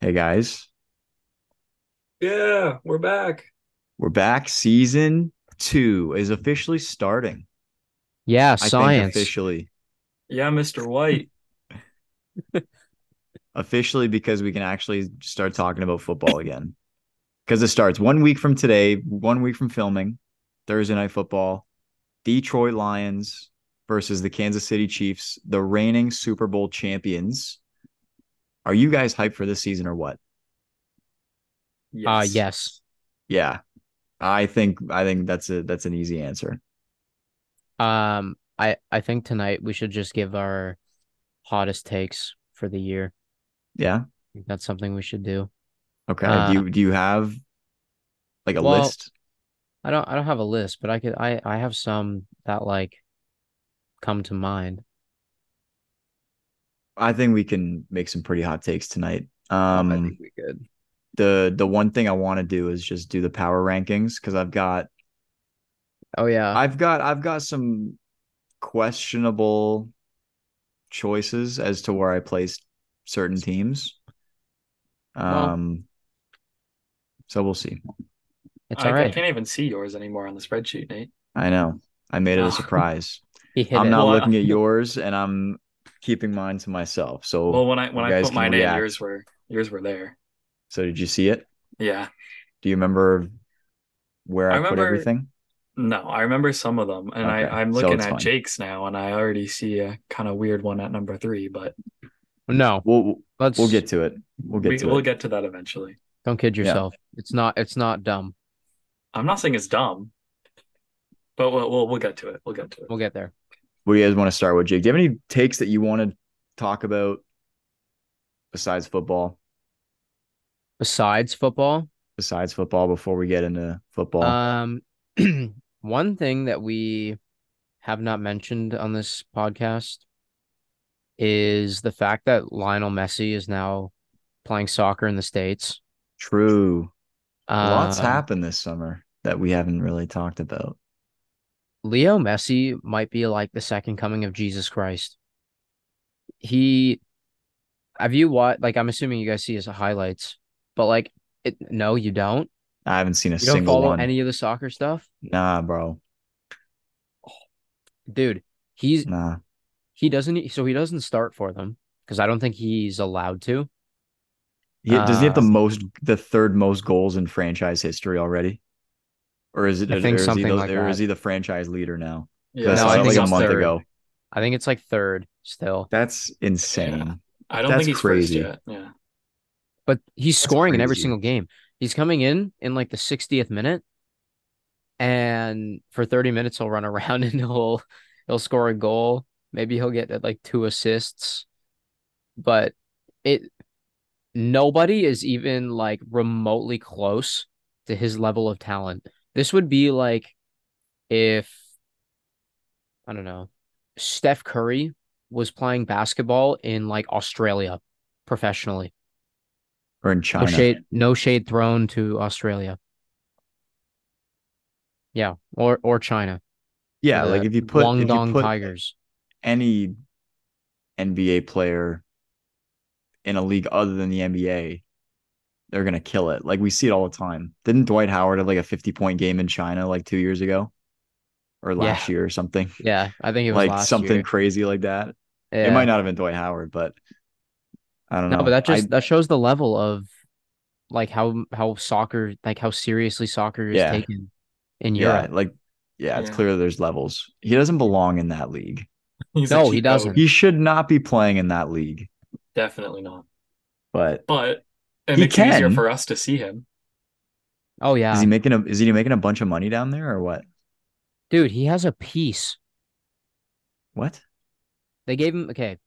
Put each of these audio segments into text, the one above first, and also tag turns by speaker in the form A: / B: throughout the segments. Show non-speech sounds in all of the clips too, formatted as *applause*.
A: Hey guys,
B: Yeah, we're back.
A: we're back. Season two is officially starting.
C: Yeah,
A: I think
C: science.
A: officially,
B: Yeah, Mr. White.
A: officially because we can actually start talking about football again. Because it starts one week from today, one week from filming, Thursday night football, Detroit Lions versus the Kansas City Chiefs, the reigning Super Bowl champions. Are you guys hyped for this season or what?
B: Yes.
C: Ah, yes.
A: Yeah, I think I think that's a that's an easy answer.
C: Um, I I think tonight we should just give our hottest takes for the year.
A: Yeah.
C: I think That's something we should do.
A: Okay.
C: Uh,
A: do you do you have like a
C: well,
A: list?
C: I don't I don't have a list, but I could I I have some that like come to mind.
A: I think we can make some pretty hot takes tonight.
C: I
A: Um
C: think we could.
A: the the one thing I want to do is just do the power rankings because I've got
C: Oh yeah.
A: I've got I've got some questionable choices as to where I placed certain teams.
C: Well-
A: Um so we'll see.
C: it's
B: I,
C: all
B: I
C: right.
B: can't even see yours anymore on the spreadsheet, Nate.
A: I know. I made it
C: *sighs*
B: Oh.
A: a surprise.
C: He hit
A: I'm
C: it.
A: not
B: Well, I-
C: *laughs*
A: looking at yours and I'm keeping mine to myself. So
B: Well, when I when
A: you
B: I
A: guys
B: put
A: can
B: mine in,
A: react.
B: yours were yours were there.
A: so did you see it?
B: Yeah.
A: Do you remember where I,
B: I
A: put
B: remember-
A: everything?
B: No, I remember some of them, and
A: Okay,
B: I I'm
A: so
B: looking
A: it's
B: at
A: fine.
B: Jake's now, and I already see a kind of weird one at number three, but
C: No,
A: We'll
C: let's
A: we'll get to it. We'll get
B: we,
A: to
B: we'll
A: it.
B: get to that eventually.
C: don't kid
A: Yeah.
C: yourself. It's not it's not dumb.
B: I'm not saying it's dumb, but we'll we'll, we'll get to it. We'll get to it.
C: We'll get there.
A: What do you guys want to start with, Jake? Do you have any takes that you want to talk about besides football?
C: Besides football,
A: Besides football, before we get into football,
C: Um, *clears throat* one thing that we have not mentioned on this podcast is the fact that Lionel Messi is now playing soccer in the States.
A: true. Lots
C: Um,
A: happened this summer that we haven't really talked about.
C: Leo Messi might be like the second coming of Jesus Christ. He, have you watched? Like, I'm assuming you guys see his highlights, but like, it, no, you don't.
A: I haven't seen a
C: You don't
A: single
C: follow
A: one.
C: any of the soccer stuff,
A: Nah, bro.
C: dude. He's
A: Nah.
C: he doesn't e, so he doesn't start for them because I don't think he's allowed to.
A: He, does he have the
C: Uh,
A: most, the third most goals in franchise history already? Or is it?
C: I think
A: or is
C: something
A: he the,
C: like
A: or is
C: that.
A: he the franchise leader now? 'Cause I
B: Yeah,
C: No,
A: saw
C: I
A: that
C: think
A: like a
C: it's
A: month
B: third.
A: ago.
C: I think it's like third still,
A: That's insane.
B: I don't
A: That's
B: think he's
A: crazy.
B: first yet. Yeah. *laughs*
C: but he's
A: That's
C: scoring in every
A: crazy.
C: single game. He's coming in in like the 60th minute, and for 30 minutes he'll run *laughs* around and he'll he'll score a goal. Maybe he'll get like two assists, but it nobody is even like remotely close to his level of talent. This would be like if I don't know, Steph Curry was playing basketball in like Australia professionally.
A: Or in
C: No
A: China.
C: shade, no shade thrown to Australia. Yeah, or or China.
A: Yeah,
C: the
A: like if you put if you
C: Guangdong
A: put
C: Tigers.
A: any NBA player in a league other than the NBA, they're gonna kill it. Like we see it all the time. Didn't Dwight Howard have like a fifty point game in China like two years ago, or last year or something?
C: Yeah, I think it was
A: Like
C: last
A: something
C: year.
A: crazy like that.
C: Yeah.
A: It might not have been Dwight Howard, but I don't
C: no,
A: know.
C: but that
A: I-
C: just that shows the level of like how how soccer like how seriously soccer is
A: Yeah.
C: taken in
A: yeah,
C: Europe.
A: like yeah, it's
B: Yeah.
A: clear there's levels. He doesn't belong in that league.
B: He's a
C: No, he
B: cheapo.
C: doesn't.
A: He should not be playing in that league.
B: Definitely not.
A: But
B: But it
A: He
B: makes it easier
A: can.
B: for us to see him.
C: Oh yeah.
A: is he making a is he making a bunch of money down there or what?
C: Dude, he has a piece.
A: What?
C: They gave him okay.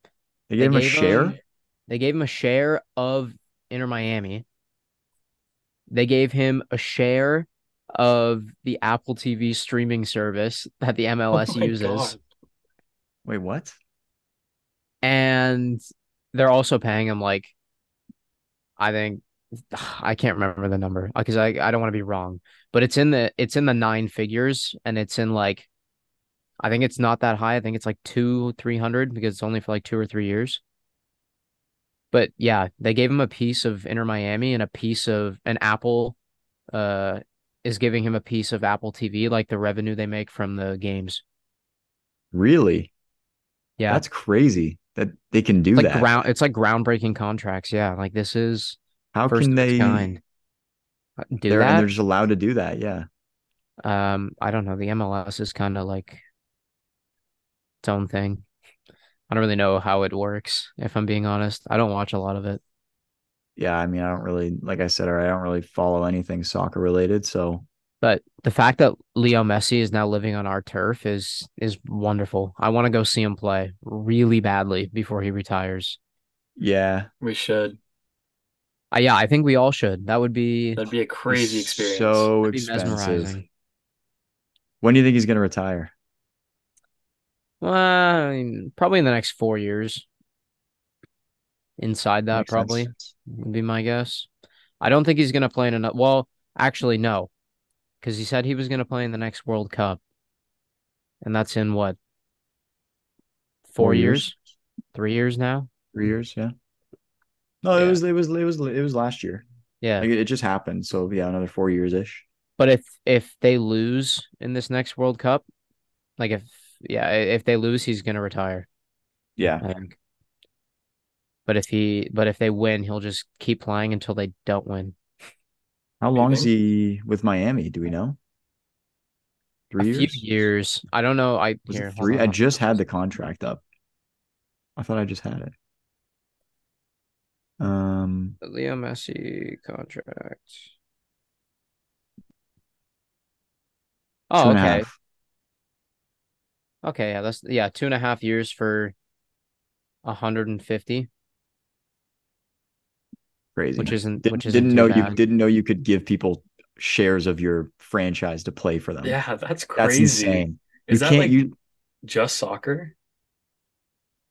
A: They
C: They
A: gave him a
C: gave
A: share?
C: him- They gave him a share of Inter Miami. They gave him a share of the Apple TV streaming service that the
B: *laughs*
C: MLS
B: Oh my
C: uses.
B: God.
A: Wait, what?
C: And they're also paying him like I think *sighs* I can't remember the number because I, I don't want to be wrong, but it's in the it's in the nine figures and it's in like I think it's not that high. I think it's like two, three hundred because it's only for like two or three years. But yeah, they gave him a piece of Inter Miami and a piece of an Apple uh is giving him a piece of Apple TV, like the revenue they make from the games.
A: Really?
C: Yeah.
A: That's crazy that they can do
C: It's like
A: that.
C: ground it's like groundbreaking contracts. Yeah. Like this is
A: How
C: first
A: can
C: of its
A: they?
C: kind. Do
A: they're, And
C: that?
A: they're just allowed to do that. Yeah.
C: Um, I don't know. The MLS is kind of like its own thing. I don't really know how it works, if I'm being honest. I don't watch a lot of it.
A: Yeah. I mean, I don't really, like I said, or I don't really follow anything soccer related. So
C: But the fact that Leo Messi is now living on our turf is is wonderful. I want to go see him play really badly before he retires.
A: yeah.
B: We should.
C: Uh, yeah, I think we all should. That would be,
B: That'd be a crazy experience.
A: So
C: that'd be
A: expensive.
C: mesmerizing.
A: When do you think he's going to retire?
C: Well, I mean, probably in the next four years. Inside that,
A: Makes sense.
C: probably. would be my guess. I don't think he's going to play in another. Well, actually, no, because he said he was going to play in the next World Cup, and that's in what four,
A: Four
C: years?
A: years.
C: three years now.
A: Three years. Yeah. No,
C: Yeah.
A: it was, it was, it was, it was last year.
C: Yeah,
A: Like, it just happened. So yeah, another four years ish.
C: but if if they lose in this next World Cup, like if yeah, i- if they lose, he's going to retire.
A: Yeah.
C: I think. But if he, but if they win, he'll just keep playing until they don't win.
A: How long is he with Miami? Do we know?
C: A
A: Three years.
C: few years. I don't know. I
A: Was
C: here,
A: it
C: hold
A: three?
C: on,
A: I
C: I'll-
A: just had the contract up. I thought I just had it. Um,
C: Leo Messi contract.
A: two
C: Oh,
A: and a
C: okay.
A: half.
C: Okay, yeah, that's yeah, two and a half years for a hundred and fifty,
A: Crazy.
C: which isn't
A: Didn't-
C: which isn't
A: didn't
C: too
A: know
C: bad.
A: you didn't know you could give people shares of your franchise to play for them.
B: Yeah, that's
A: that's
B: crazy.
A: insane.
B: Is
A: you
B: that
A: can't
B: like
A: you.
B: just soccer?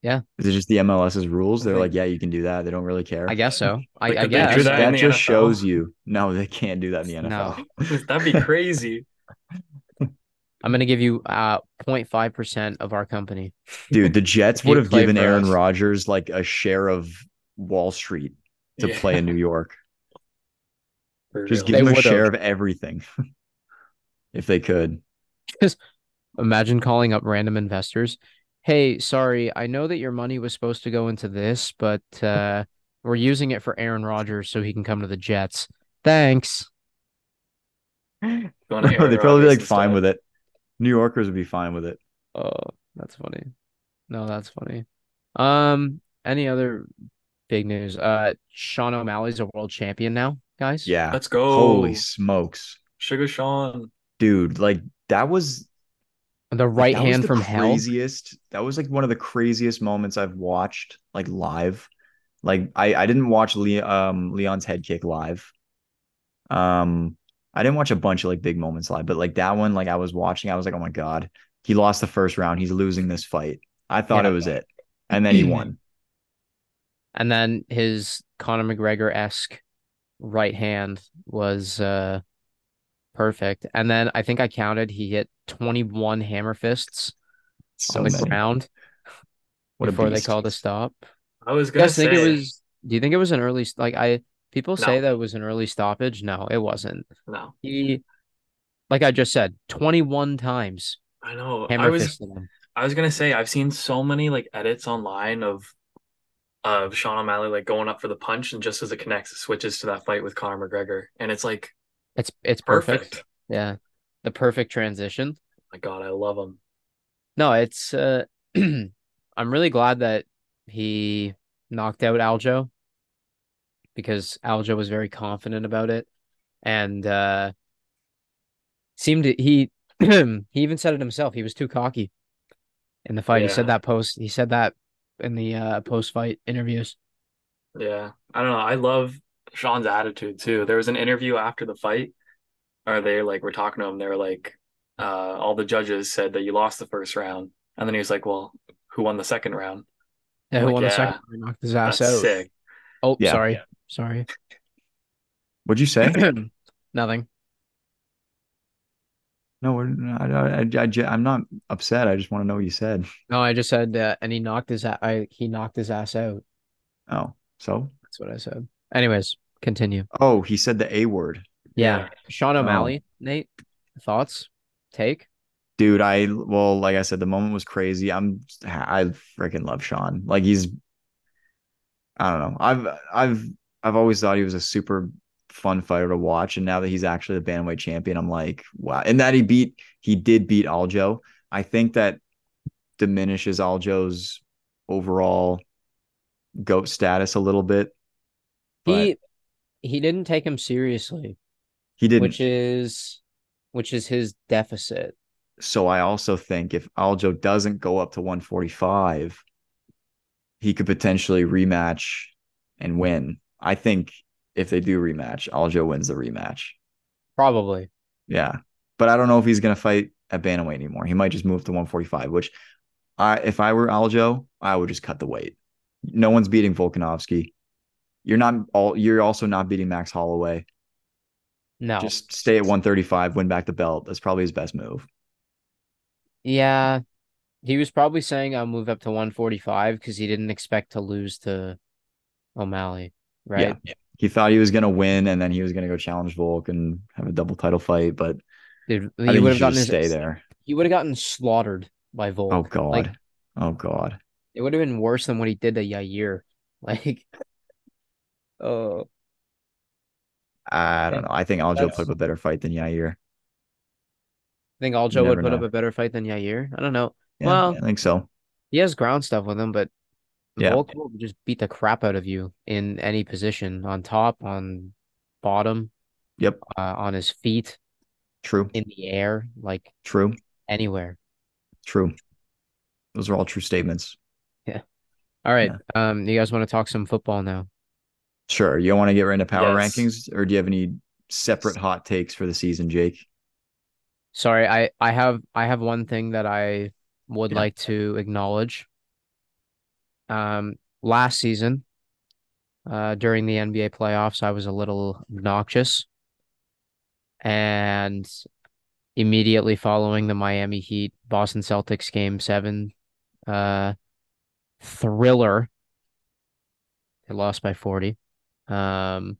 A: Is it just the MLS's rules?
B: I
A: They're like,
B: think-
A: yeah, you can do that. They don't really care.
C: I
A: *laughs*
C: guess so. I,
B: Like,
C: I
B: could they
C: guess
B: do that in
A: that
B: the
A: just
B: NFL?
A: shows you. No, they can't do that in the
C: No.
A: NFL.
B: That'd be crazy.
C: I'm gonna give you uh 05 percent of our company.
A: Dude, the Jets
C: If you
A: would have
C: play
A: given
C: for
A: Aaron
C: us.
A: Rodgers like a share of Wall Street *laughs* to
B: Yeah,
A: play in New York.
C: *laughs*
B: for
A: Just
B: real.
A: give
C: They
A: him a
C: would've.
A: share of everything *laughs* if they
C: *laughs*
A: could. *laughs*
C: Imagine calling up random investors. Hey, sorry, I know that your money was supposed to go into this, but uh we're using it for Aaron Rodgers so he can come to the Jets. Thanks.
B: Going to
A: *laughs* They'd probably
B: Aaron
A: be
B: Rodgers
A: like fine
B: instead.
A: with it. New Yorkers would be fine with it.
C: Oh, that's funny. No, that's funny. Um, any other big news? Uh, Sean O'Malley's a world champion now, guys.
A: Yeah.
B: Let's go.
C: Oh.
A: Holy smokes.
B: Sugar Sean.
A: Dude, like that was
C: The
A: like,
C: right
A: that was
C: hand
A: the
C: from hell.
A: craziest. That was like one of the craziest moments I've watched like live. Like I I didn't watch Le- um Leon's head kick live. Um I didn't watch a bunch of like big moments live, but like that one like I was watching I was like, "Oh my god. He lost the first round. He's losing this fight." I thought
C: Yeah.
A: it was it. And then he
C: *clears throat*
A: won.
C: And then his Conor McGregor-esque right hand was uh perfect. And then I think I counted he hit 21 hammer fists
A: So
C: on the
A: many.
C: ground
A: What a
C: before they
A: beast.
C: called a stop.
B: I was
C: You
B: gonna
C: guys
B: say
C: think it was do you think it was an early s- like I people say
B: No.
C: that it was an early stoppage? No, it wasn't.
B: no.
C: He, like I just said, 21 times
B: I know. I
C: hammer
B: was
C: fisted him.
B: I was gonna say I've seen so many like edits online of of Sean O'Malley like going up for the punch and just as it connects, it switches to that fight with Conor McGregor, and it's like
C: It's it's perfect.
B: perfect.
C: Yeah. The perfect transition.
B: My God, I love him.
C: No, it's uh *clears throat* I'm really glad that he knocked out Aljo because Aljo was very confident about it and uh seemed to, he *clears throat* he even said it himself. He was too cocky in the fight. He said
B: Yeah.
C: that post he said that in the uh post fight interviews.
B: Yeah, I don't know. I love Sean's attitude too. There was an interview after the fight, or they like were talking to him. They were like, uh, all the judges said that you lost the first round, and then he was like, "Well, who won the second round?"
C: Yeah, who
B: Like,
C: won the
B: Oh yeah,
C: second round, knocked his ass
B: That's
C: out.
B: sick.
C: Oh,
A: Yeah.
C: sorry. Sorry.
A: What'd you
C: *clears throat*
A: say?
C: Nothing.
A: No, we're, I, I, I, I, am not upset. I just want to know what you said.
C: No, I just said uh, and he knocked his a- I he knocked his ass out.
A: Oh, So,
C: That's what I said. Anyways, continue.
A: oh, he said the A word.
C: Yeah. Um,
B: Yeah.
C: Sean O'Malley, Nate, thoughts? Take?
A: Dude, I well, like I said, the moment was crazy. I'm I freaking love Sean. Like he's I don't know. I've I've I've always thought he was a super fun fighter to watch. And now that he's actually the bantamweight champion, I'm like, wow. And that he beat he did beat Aljo. I think that diminishes Aljo's overall goat status a little bit. But
C: He he didn't take him seriously,
A: he didn't
C: which is which is his deficit.
A: So I also think if Aljo doesn't go up to 145, he could potentially rematch and win. I think if they do rematch, Aljo wins the rematch.
C: Probably.
A: Yeah. But I don't know if he's going to fight at Bantamweight anymore. He might just move to 145, which I if I were Aljo, I would just cut the weight. No one's beating Volkanovski. You're not all you're also not beating Max Holloway.
C: No.
A: Just stay at 135, win back the belt. That's probably his best move.
C: Yeah. He was probably saying I'll move up to 145 because he didn't expect to lose to O'Malley, right?
A: he thought he was going to win and then he was going to go challenge Volk and have a double title fight, but
C: Dude,
A: I think
C: he would
A: he
C: have
A: should
C: gotten
A: just
C: his,
A: stay there.
C: He would have gotten slaughtered by Volk.
A: Oh god.
C: Like,
A: oh god.
C: it would have been worse than what he did to Yair. *laughs* Like, oh,
A: I don't know. I think Aljo
C: That's-
A: put up a better fight than Yair.
C: I think
A: You
C: Aljo would
A: never
C: put up
A: know.
C: a better fight than Yair. I don't know.
A: Yeah,
C: Well-
A: I think so.
C: He has ground stuff with him, but
A: Yeah.
C: Volk will just beat the crap out of you in any position, on top, on bottom,
A: Yep.
C: uh, on his feet,
A: True.
C: in the air, like
A: True.
C: anywhere.
A: True. Those are all true statements.
C: All right. Um, you guys want to talk some football now?
A: Sure. You want to get right into power
B: Yes.
A: rankings or do you have any separate hot takes for the season, Jake?
C: Sorry, I I have I have one thing that I would
A: Yeah.
C: like to acknowledge. Um, last season, uh, during the NBA playoffs, I was a little obnoxious, and immediately following the Miami Heat Boston Celtics game seven, uh, thriller, they lost by forty. Um,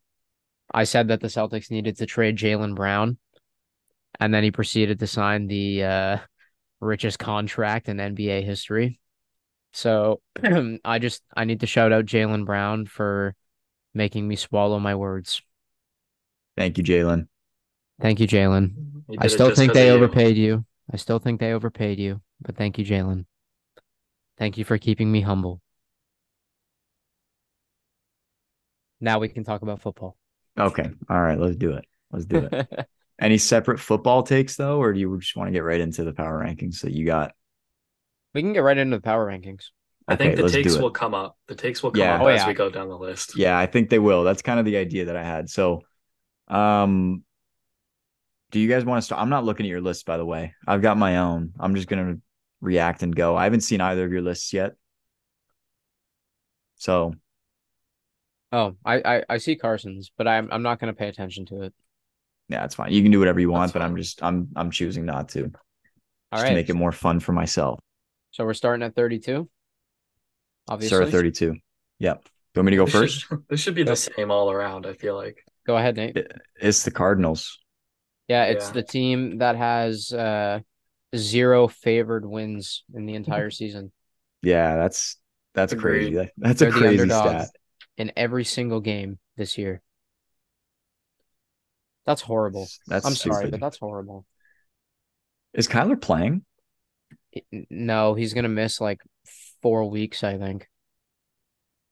C: I said that the Celtics needed to trade Jalen Brown and then he proceeded to sign the uh, richest contract in NBA history. So *clears throat* I just I need to shout out Jalen Brown for making me swallow my words.
A: Thank you, Jalen.
C: Thank you, Jalen.
B: He
C: I
B: did it
C: still
B: just
C: think
B: 'cause
C: they
B: of you.
C: overpaid you. I still think they overpaid you, but thank you, Jalen. Thank you for keeping me humble. Now we can talk about football.
A: Okay. All right, let's do it. Let's *laughs* do
C: *laughs*
A: it. Any separate football takes though, or do you just want to get right into the power rankings that you got?
C: we can get right into the power rankings.
B: I think
A: Okay,
B: the
A: let's do
B: takes
A: it.
B: will come up. The takes will come
A: Yeah.
B: up
C: Oh,
B: as
C: yeah.
B: we go down the list.
A: Yeah, I think they will. That's kind of the idea that I had. So, um, do you guys want to start? I'm not looking at your list, by the way. I've got my own. I'm just gonna react and go. I haven't seen either of your lists yet. So,
C: Oh, I, I, I see Carson's, but I'm I'm not gonna pay attention to it.
A: yeah, that's fine. You can do whatever you want,
B: That's
A: but I'm
B: fine.
A: just I'm I'm choosing not to. Just
C: All
A: to
C: right.
A: make it more fun for myself.
C: So we're starting at 32. Obviously.
A: Sarah 32. Yep. Do you want me to go
B: This should-
A: first?
B: *laughs* this should be
C: Go.
B: the same all around, I feel like.
C: Go ahead, Nate.
A: Yeah. It's the Cardinals.
C: Yeah, it's
B: Yeah.
C: the team that has uh zero favored wins in
A: *laughs*
C: the entire season.
A: Yeah, that's that's
B: Agreed.
A: crazy. That- That's a
C: They're the
A: crazy
C: underdogs.
A: stat.
C: In every single game this year. That's horrible.
A: That's
C: I'm sorry,
A: stupid.
C: but that's horrible.
A: Is Kyler playing?
C: It- n- no, he's gonna miss like four weeks, I think.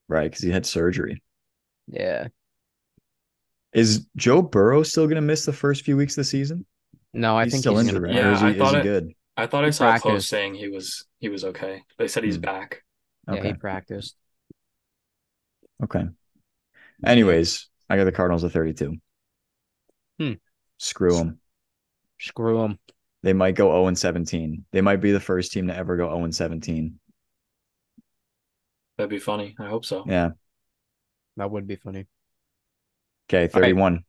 A: Right, because he had surgery.
C: Yeah.
A: Is Joe Burrow still going to miss the first few weeks of the season?
C: No, I
A: he's
C: think
A: still
C: he's
A: injured,
C: gonna
A: right?
C: play.
A: Or is he,
B: Yeah, I
A: is he
B: thought it-
A: good?
B: I thought I
C: He
B: saw a post
C: practiced.
B: saying he was he was okay. They said he's
A: Hmm.
B: back.
C: Yeah, he
A: Okay.
C: practiced.
A: Okay. Anyways, I got the Cardinals at 32.
C: Hmm.
A: Screw them.
C: Screw him.
A: They might go 0 and 17. They might be the first team to ever go 0 and 17.
B: That'd be funny. I hope so.
A: Yeah.
C: That would be funny.
A: Okay.
C: All right.
A: 31.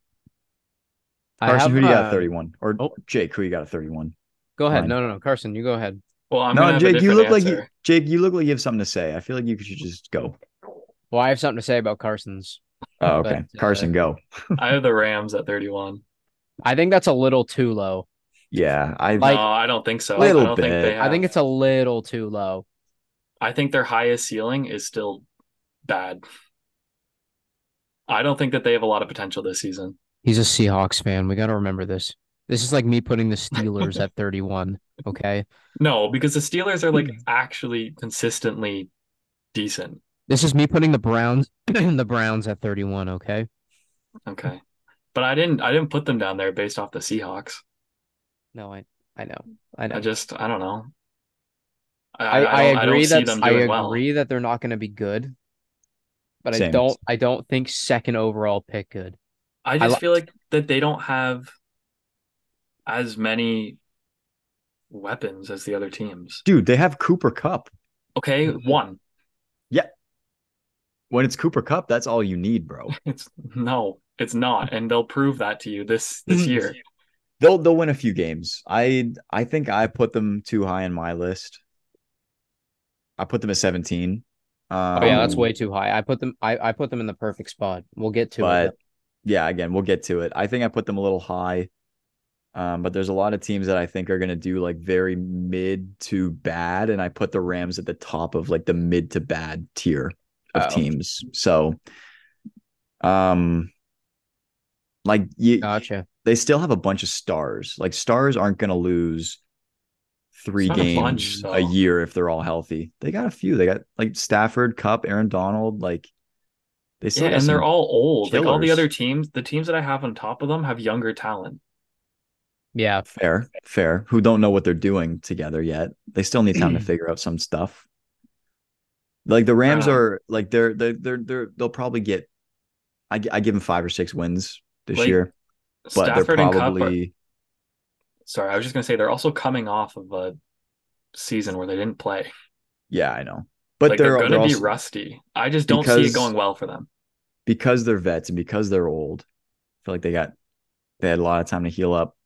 C: I
A: Carson,
C: have,
A: who do you got
C: uh,
A: at 31? Or
C: oh.
A: Jake, who you got at 31?
C: Go ahead.
A: Fine.
C: No, no, no. Carson, you go ahead.
B: Well, I'm
A: no,
B: gonna
A: Jake,
B: have a
A: you look
B: different
A: like you
B: answer.
C: *laughs*
A: Jake, you look like you have something to say. I feel like you should just go.
C: Well, I have something to say about Carson's.
A: Oh, okay.
C: But, uh,
A: Carson, go.
B: I have the Rams at 31.
C: I think that's a little too low.
A: Yeah, I
C: Like-
B: no, I don't think so.
A: Little
B: I don't
A: bit.
B: think they have.
C: I think it's a little too low.
B: I think their highest ceiling is still bad. I don't think that they have a lot of potential this season.
C: He's a Seahawks fan. We got to remember this. This is like me putting the Steelers *laughs* at 31. Okay.
B: No, because the Steelers are like
C: Hmm.
B: actually consistently decent.
C: This is me putting the Browns, *clears throat* the Browns at 31. Okay.
B: Okay. But I didn't I didn't put them down there based off the Seahawks.
C: No, I, I know. I know.
B: I just I don't know.
C: I, I,
B: don't-
C: agree
B: don't see
C: that
B: them
C: I
B: doing
C: agree
B: well.
C: that they're not going to be good, but I
A: Same.
C: don't I don't think second overall pick good.
B: I just
C: like-
B: feel like that they don't have as many weapons as the other teams.
A: dude, they have Cooper Cup.
B: Okay,
C: Hmm.
B: one.
A: When it's Cooper Cup, that's all you need, bro.
B: It's no, it's not, and they'll prove that to you this
A: Hmm.
B: this year.
A: They'll they'll win a few games. I I think I put them too high on my list. I put them at 17. Um,
C: Oh yeah, that's way too high. I put them I, I put them in the perfect spot. We'll get to
A: but
C: it.
A: yeah, again, we'll get to it. I think I put them a little high. Um, but there's a lot of teams that I think are going to do like very mid to bad, and I put the Rams at the top of like the mid to bad tier of
C: Oh.
A: teams. So, um, like you,
C: Gotcha.
A: they still have a bunch of stars. Like stars aren't going to lose three
B: It's not a
A: games
B: bunch,
A: a
B: though.
A: year if they're all healthy. They got a few. They got like Stafford, Cup, Aaron Donald. Like they still
B: Yeah,
A: got
B: and they're
A: some-
B: all old. Like all the
A: killers.
B: other teams, the teams that I have on top of them have younger talent.
C: Yeah.
A: Fair, fair. Who don't know what they're doing together yet. They still need
B: *clears throat*
A: time to figure out some stuff. Like the Rams
B: Uh.
A: are like they're they're they're, they're they'll probably get. I, gi- I give them five or six wins this
B: Like,
A: year, but
B: Stafford
A: they're
B: and Cup. Are,
A: probably
B: sorry, I was just gonna say they're also coming off of a season where they didn't play.
A: yeah I know, but
B: like
A: they're,
B: they're,
A: they're
B: gonna be
A: also-
B: rusty. I just don't see
A: Because-
B: it going well for them.
A: because they're vets and because they're old. I feel like they got they had a lot of time to heal up,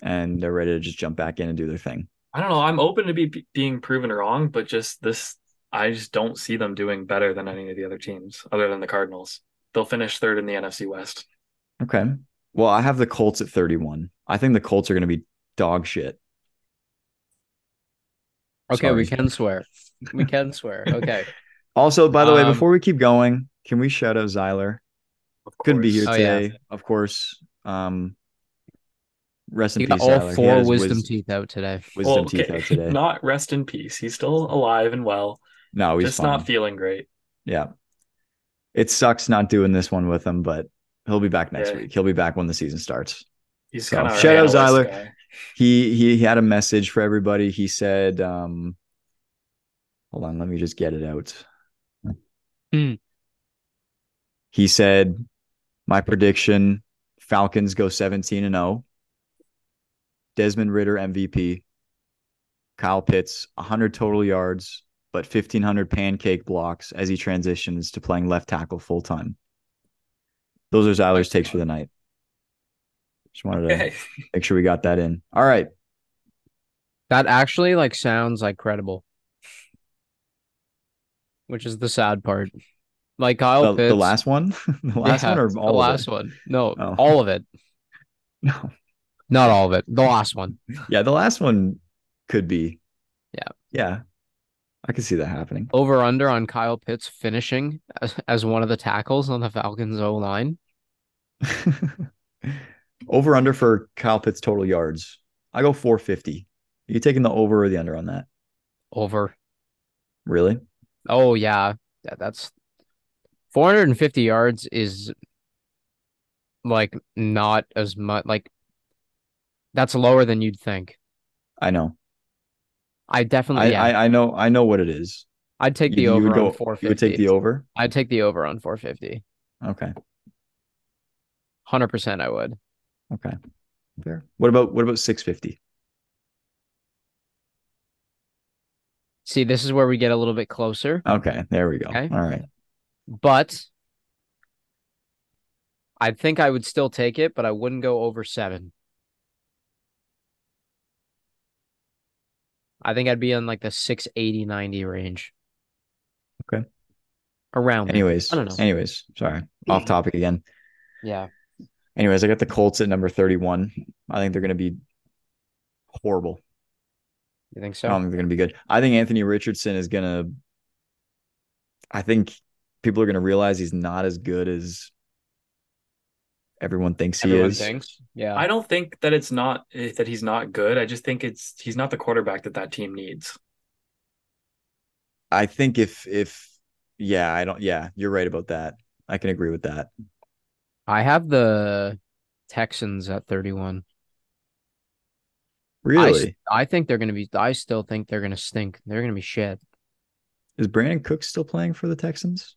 A: and they're ready to just jump back in and do their thing.
B: I don't know. I'm open to be being proven wrong, but just this, I just don't see them doing better than any of the other teams, other than the Cardinals. They'll finish third in the NFC West.
A: Okay. Well, I have the Colts at 31. I think the Colts are going to be dog shit.
C: Okay, we
A: Sorry.
C: can swear. We can swear. *laughs* Okay.
A: Also, by the way,
C: Um,
A: before we keep going, can we shout out Zyler?
B: Of
A: Couldn't be
B: course.
A: here
C: Oh, yeah.
A: today, of course. Um, rest in
C: He
A: peace.
C: got all
A: Zyler. He had
C: four
A: his
C: wisdom
A: wis-
C: teeth out today.
A: wisdom
B: Well,
A: teeth
B: okay,
A: out today.
B: *laughs* Not rest in peace. He's still alive and well,
A: no, he's
B: just
A: fine.
B: not feeling great.
A: yeah, it sucks not doing this one with him, but he'll be back next
B: Yeah.
A: week. He'll be back when the season starts.
B: He's
A: So,
B: kind of
A: shout out Zyler. he he had a message for everybody. He said, um, "Hold on, let me just get it out."
C: Hmm.
A: He said, "My prediction: Falcons go seventeen and zero. Desmond Ritter MVP. Kyle Pitts, hundred total yards, but fifteen hundred pancake blocks as he transitions to playing left tackle full time." Those are Zyler's takes for the night. Just wanted to
B: Okay.
A: make sure we got that in. All right.
C: That actually like sounds like credible. Which is the sad part. Like Kyle
A: The,
C: Pitts.
A: the last one? *laughs* the last
C: Oh, Yeah,
A: one or
C: the
A: all of it?
C: last one. No,
A: Oh.
C: all of it.
A: No.
C: Not all of it. The last one.
A: Yeah, the last one could be.
C: Yeah.
A: Yeah. I could see that happening. *laughs*
C: over under on Kyle Pitts finishing as, as one of the tackles on the Falcons O line.
A: over under for Kyle Pitts total yards. I go 450. Are you taking the over or the under on that?
C: Over.
A: Really?
C: Oh yeah, yeah that's 450 yards is like not as much. Like that's lower than you'd think.
A: I know.
C: I definitely.
A: I,
C: Um, yeah,
A: I I know I know what it is.
C: I, would take the
A: You- you
C: over
A: would
C: on
A: go
C: 450.
A: You would take the over?
C: I'd take the over on 450.
A: Okay.
C: 100. percent I would.
A: Okay. Fair. What about what about 650?
C: See, this is where we get a little bit closer.
A: Okay, there we go.
C: Okay.
A: All right.
C: but I think I would still take it, but I wouldn't go over seven. I think I'd be in like the 680, 90 range. around. there.
A: Anyways,
C: I don't know.
A: Anyways, sorry, off topic again.
C: Yeah.
A: Anyways, I got the Colts at number thirty-one. I think they're going to be horrible.
C: You
A: I
C: think so?
A: don't think they're going to be good. I think Anthony Richardson is going to. I think people are going to realize he's not as good as everyone thinks he
C: Everyone
A: is.
C: thinks. Yeah.
B: I don't think that it's not eh, that he's not good. I just think it's he's not the quarterback that that team needs.
A: I think if if yeah, I don't. Yeah, you're right about that. I can agree with that.
C: I have the Texans at 31. I s-
A: Really,
C: I think they're going to be. I still think they're going to stink. They're going to be shit.
A: is Brandon Cook still playing for the Texans?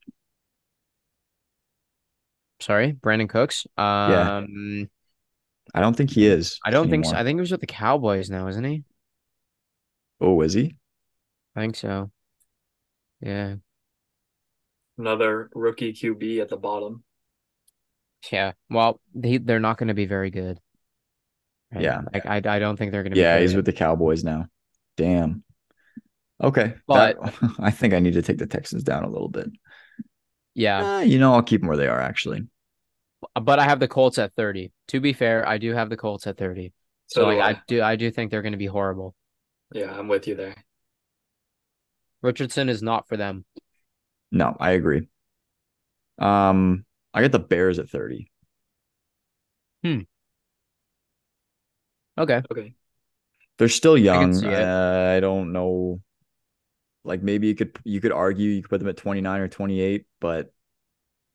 C: Sorry, Brandon Cooks. Um,
A: Yeah. I don't think he is.
C: Mm, I don't think so. I
A: anymore.
C: think he was with the Cowboys now, isn't he?
A: Oh, is he?
C: I think so. Yeah,
B: Another rookie QB at the bottom.
C: yeah. Well, they they're not going to be very good. right?
A: Yeah.
C: like I I don't think they're going to.
A: Yeah,
C: be
A: he's
C: good.
A: with the Cowboys now. Damn. Okay.
C: But-
A: that- *laughs* I think I need to take the Texans down a little bit.
C: Yeah,
A: Eh, you know, I'll keep them where they are actually.
C: but I have the Colts at thirty. To be fair, I do have the Colts at thirty. So,
B: So
C: like
B: I,
C: I do I do think they're going to be horrible.
B: yeah, I'm with you there.
C: Richardson is not for them.
A: No, I agree. Um, I got the Bears at 30.
C: Okay,
B: Okay.
A: They're still
C: can
A: young.
C: see it.
A: Uh, I don't know. Like maybe you could you could argue you could put them at 29 or 28, but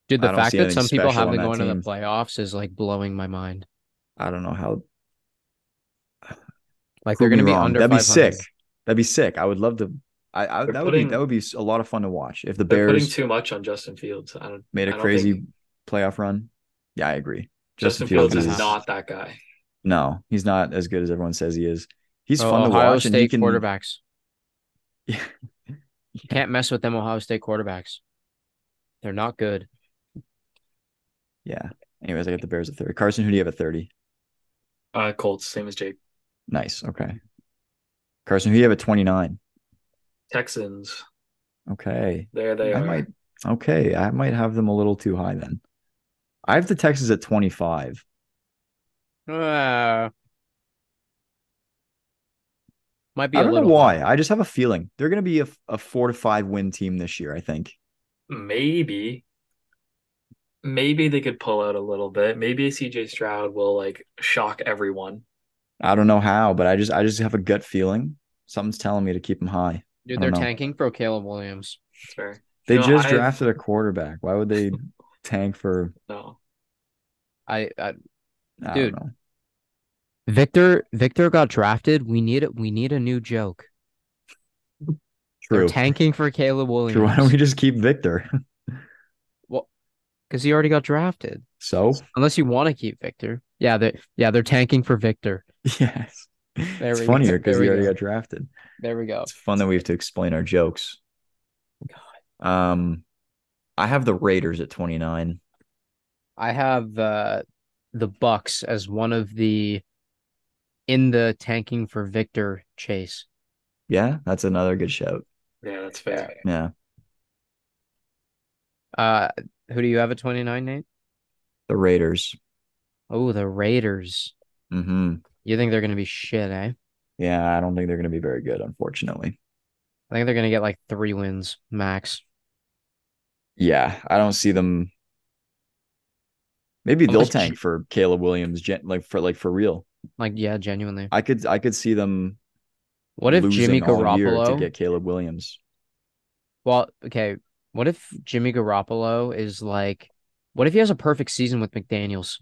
C: dude.
A: I
C: The
A: don't
C: fact
A: see
C: that
A: anything
C: some people
A: special
C: have
A: on
C: them
A: that
C: going to the
A: team.
C: playoffs is like blowing my mind.
A: I don't know how
C: Like
A: Prove
C: they're
A: me
C: going to be
A: wrong.
C: under.
A: That'd be
C: 500.
A: sick. That'd be sick. I would love to I, I
B: They're
A: that would
B: putting-
A: be that would be a lot of fun to watch if the
B: They're putting
A: Bears
B: too much on Justin Fields. I don't,
A: made
B: I
A: a
B: don't
A: crazy
B: think
A: playoff run. Yeah, I agree.
B: Justin, Fields, is
C: is-
B: not that guy.
A: No, he's not as good as everyone says he is. He's
C: Oh,
A: fun to
C: Ohio
A: watch,
C: State
A: and he can.
C: quarterbacks.
A: Yeah.
C: You can't mess with them Ohio State quarterbacks. They're not good.
A: *laughs* Yeah. Anyways, I got the Bears at thirty. Carson, who do you have at thirty?
B: Uh, Colts, same as Jake.
A: Nice. Okay. Carson, who do you have at twenty nine?
B: Texans,
A: Okay.
B: there they
A: I
B: are.
A: might. Okay, I might have them a little too high then. I have the Texans at twenty five.
C: Uh, might be
A: I
C: a
A: don't know
C: little
A: why. I just have a feeling they're going to be a, a four to five win team this year. I think.
B: maybe maybe they could pull out a little bit maybe cj stroud will like shock everyone
A: I don't know how, but I just I just have a gut feeling. Something's telling me to keep them high. I
C: Dude,
A: don't
C: they're
A: know.
C: tanking for Caleb Williams.
B: That's fair.
A: They
B: No,
A: just
B: I-
A: drafted a quarterback. Why would
C: *laughs*
A: they tank for?
B: no
C: I, I
A: I
C: Dude,
A: don't know.
C: Victor Victor got drafted. We need we need a new joke.
A: True.
C: They're tanking
A: *laughs*
C: for Caleb Williams.
A: Sure, why don't we just keep Victor? *laughs*
C: Because he already got drafted.
A: So
C: Unless you want to keep Victor. Yeah, they yeah, they're tanking for Victor.
A: yes, it's
C: we go.
A: funnier because
C: There
A: he
C: we
A: already
C: go.
A: got drafted.
C: There we go.
A: It's fun that we have to explain our jokes. Um, I have the Raiders at twenty nine.
C: I have uh, the Bucks as one of the in the tanking for Victor Chase.
A: Yeah, that's another good shout.
B: yeah that's fair
A: Yeah,
C: Uh, who do you have at twenty nine, Nate?
A: the Raiders.
C: Oh, the Raiders.
A: Mm-hmm.
C: You think they're gonna be shit, eh?
A: Yeah, I don't think they're going to be very good, unfortunately.
C: I think they're gonna get like three wins max.
A: Yeah, I don't see them. Maybe they'll
C: Unless-
A: tank for Caleb Williams, gen- like for like for real.
C: Like, yeah, genuinely.
A: I could I could see them.
C: What if Jimmy
A: losing all year to
C: Garoppolo?
A: get Caleb Williams?
C: Well, okay. What if Jimmy Garoppolo is like? What if he has a perfect season with McDaniel's?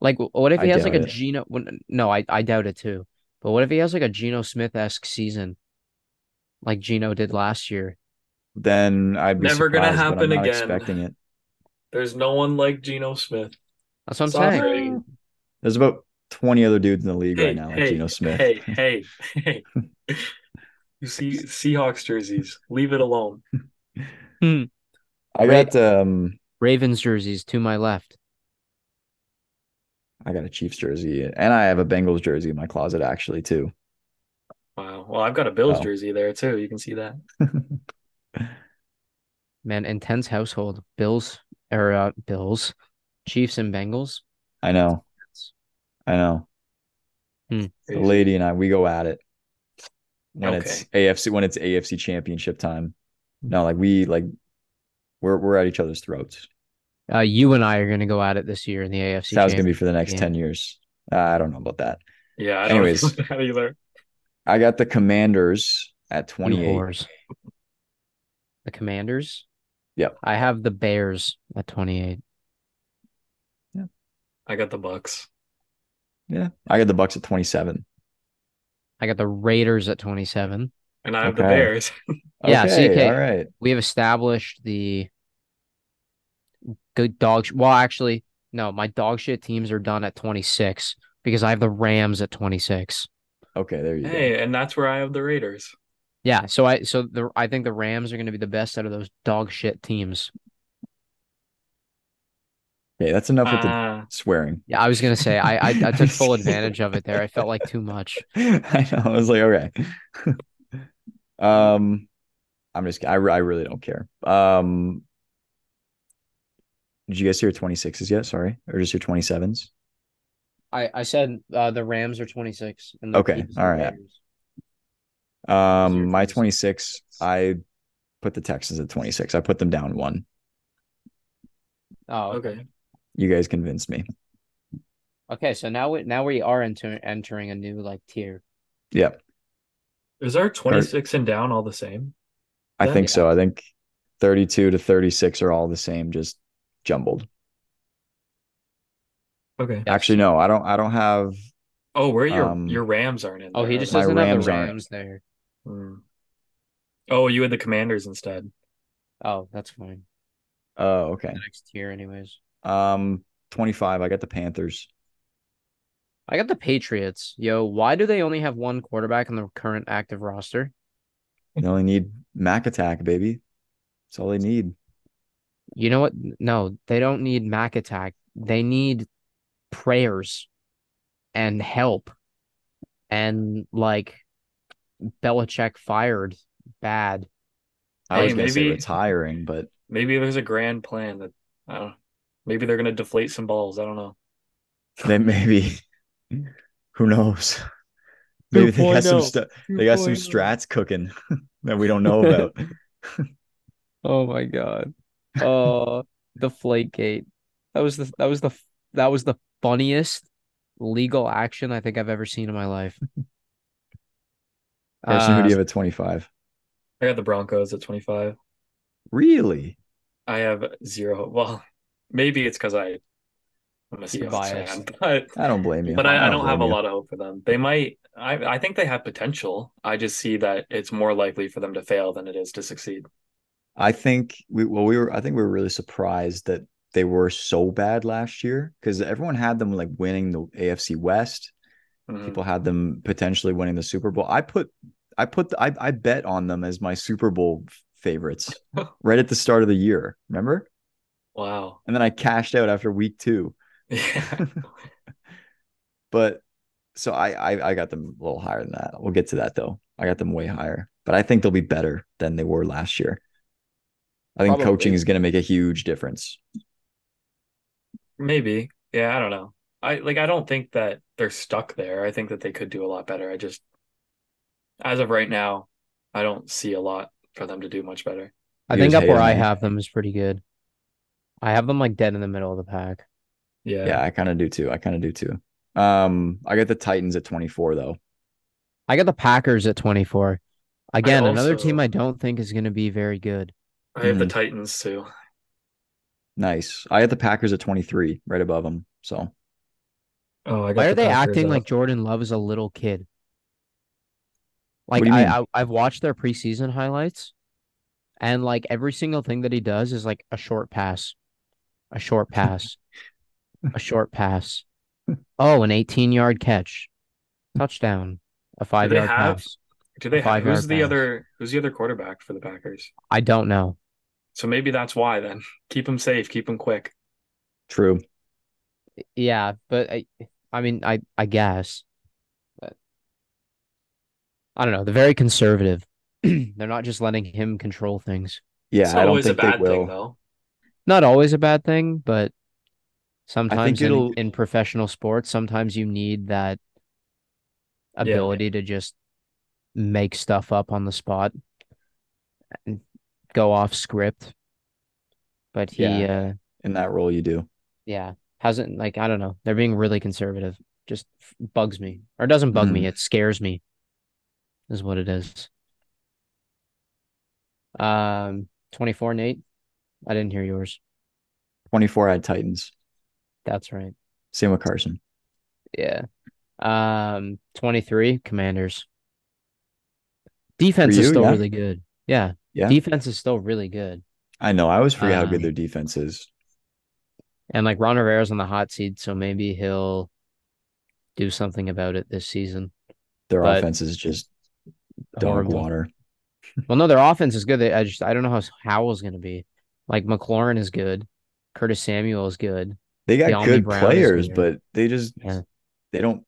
C: Like, wh- what if
A: I
C: he has like a
A: doubt it.
C: Geno? when- No, I I doubt it too. But what if he has like a Geno Smith esque season, like Geno did last year?
A: Then I'd be
B: Never gonna
A: surprised, but I'm
B: happen
A: not
B: again.
A: Expecting it.
B: there's no one like Geno smith
C: That's what I'm
B: Sorry.
C: saying.
B: Right.
A: There's about 20 other dudes in the league
B: hey
A: right now, like
B: hey,
A: Geno Smith.
B: hey hey hey you see seahawks jerseys leave it alone
A: *laughs* I got um
C: Ravens jerseys to my left.
A: I got a Chiefs jersey and I have a Bengals jersey in my closet actually too.
B: wow well i've got a bills
A: Oh.
B: jersey there too you can see that
C: Man, intense household. Bills or uh, Bills, Chiefs and Bengals.
A: I know. I know. The lady and I, we go at it when it's AFC when it's AFC championship time. No, like we like we're we're at each other's throats.
C: Uh, you and I are going to go at it this year in the AFC.
A: So that was gonna be for the next
C: yeah.
A: ten years. Uh, I don't know about that.
B: Yeah. I don't
A: Anyways.
B: know *laughs* about that either.
A: I got the Commanders at
C: Championship.
A: twenty
C: You
A: eight.
C: whores. The Commanders.
A: Yep.
C: I have the Bears at twenty eight.
B: I got the Bucks.
A: Yeah, I got the Bucks at twenty seven.
C: I got the Raiders at twenty seven.
B: And I have the
A: Okay.
B: Bears.
C: Yeah,
A: okay,
C: CK.
A: all right.
C: we have established the good dog. Sh- well, actually, no, my dog shit teams are done at 26 because I have the Rams at 26.
A: Okay, there you go.
B: Hey, and that's where I have the Raiders.
C: Yeah, so I so the I think the Rams are going to be the best out of those dog shit teams.
A: Okay, that's enough with the
B: Ah,
A: swearing. *laughs*
C: Yeah, I was going to say I, I I took full advantage of it there. I felt like too much.
A: I know. I was like, okay. *laughs* um, I'm just. I re- I really don't care. Um, did you guys hear 26s yet? Sorry, or just hear 27s?
C: I I said uh, the Rams are 26 and
A: the Okay, Chiefs are all right. Um,
B: your
A: my
B: 26?
A: 26. I put the Texans at 26. I put them down one.
C: Oh, okay.
B: okay.
A: You guys convinced me.
C: Okay, so now we now we are enter- entering a new like tier.
A: Yep,
B: Is our 26 and down all the same?
A: I
B: Yeah.
A: think so. I think 32 to 36 are all the same, just jumbled.
B: Okay.
C: Yes.
A: Actually, no, I don't. I don't have.
B: Oh, where your
A: Um,
B: your Rams aren't in.
C: Oh, he
B: there,
C: just
A: My
B: are
C: doesn't have
A: Rams
C: the
A: aren't.
C: Rams there.
B: they? Hmm. Oh, you had the Commanders instead.
C: Oh, that's fine.
A: Oh, okay.
C: The next tier, anyways.
A: Um, 25. I got the Panthers.
C: I got the Patriots. Yo, why do they only have one quarterback on the current active roster?
A: They only need Mac Attack, baby. That's all they need.
C: You know what? No, they don't need Mac Attack. They need prayers and help. And like Belichick fired bad.
A: I was
B: Hey,
A: gonna say
B: maybe-
A: retiring, but
B: Maybe there's a grand plan that I don't. Maybe they're gonna deflate some balls. I don't know.
A: then maybe *laughs* who knows? Maybe they got some
C: 2.0.
A: stuff. They got some strats cooking *laughs* that we don't know
B: *laughs*
A: about.
C: Oh my god. Oh, the flake gate. That was the that was the that was the funniest legal action I think I've ever seen in my life.
A: Carson, who
C: Uh,
A: do you have at 25?
B: I got the Broncos at 25.
A: Really?
B: I have zero. Well, *laughs* maybe it's because I I'm a
C: You're
B: Seahawks fan,
C: biased.
B: *laughs* but
A: I don't blame you.
B: but I, I don't have a
A: blame you.
B: lot of hope for them. They might. I I think they have potential. I just see that it's more likely for them to fail than it is to succeed.
A: I think we well we were I think we were really surprised that they were so bad last year because everyone had them like winning the AFC West.
B: Mhm.
A: people had them potentially winning the Super Bowl. I put I put the, I I bet on them as my Super Bowl f- favorites right at the start of the year. Remember?
B: Wow. *laughs*
A: And then I cashed out after week two.
B: Yeah.
A: But so I, I I got them a little higher than that. We'll get to that though. I got them way higher, but I think they'll be better than they were last year. I think
C: Probably.
A: coaching is going to make a huge difference.
B: Maybe. Yeah, I don't know. I like I don't think that they're stuck there. I think that they could do a lot better. I just as of right now, I don't see a lot for them to do much better.
C: I
A: You
C: think
A: guys
C: up
A: hate
C: where
A: on
C: I
A: me.
C: have them is pretty good. I have them like dead in the middle of the pack.
B: Yeah.
A: Yeah, I kind of do too. I kind of do too. Um, I got the Titans at 24 though.
C: I got the Packers at 24. Again, another team
B: also-
C: I don't think is going to be very good.
B: I have the Titans too.
A: Nice. I had the Packers at 23, right above them. So
B: Oh, I
C: Why are they acting like Jordan Love is a little kid? Like
A: do you
C: I, I I've watched their preseason highlights and like every single thing that he does is like a short pass. A short pass. a short pass. Oh, an 18-yard catch. Touchdown. A 5-yard
B: have-
C: pass.
B: do they have,
C: five-yard
B: who's the
C: pass?
B: other who's the other quarterback for the Packers?
C: I don't know.
B: So maybe that's why then. *laughs* Keep them safe, keep them quick.
A: true.
C: Yeah, but I, I mean, I, I guess, but *clears throat* I don't know. They're very conservative. They're not just letting him control things.
D: Yeah,
B: it's
D: I don't
B: always
D: think
B: a bad
D: they will.
B: thing though.
C: Not always a bad thing, but sometimes in,
D: it'll-
C: in professional sports, sometimes you need that
B: Yeah.
C: ability to just make stuff up on the spot and go off script. But he,
D: Yeah.
C: uh,
D: In that role, you do.
C: yeah hasn't like i don't know they're being really conservative just f- bugs me or it doesn't bug
D: Mm.
C: me it scares me is what it is um 24 nate i didn't hear yours
A: 24 eyed Titans.
C: that's right
A: Same with Carson.
C: yeah um 23 commanders defense is
D: you,
C: still
D: yeah.
C: really good yeah
D: Yeah.
C: defense is still really good
A: I know. I always forget how
C: Um,
A: good their defense is.
C: and like ron rivera's on the hot seat so maybe he'll do something about it this season
A: Their
C: but-
A: offense is just dog
C: Horrible.
A: water.
C: Well, no, their offense is good. They, I just I don't know how Howell's going to be. Like McLaurin is good, Curtis Samuel is good.
A: They got
C: De'Ami
A: good
C: Brown is
A: players,
C: weird.
A: but they just
C: Yeah.
A: they don't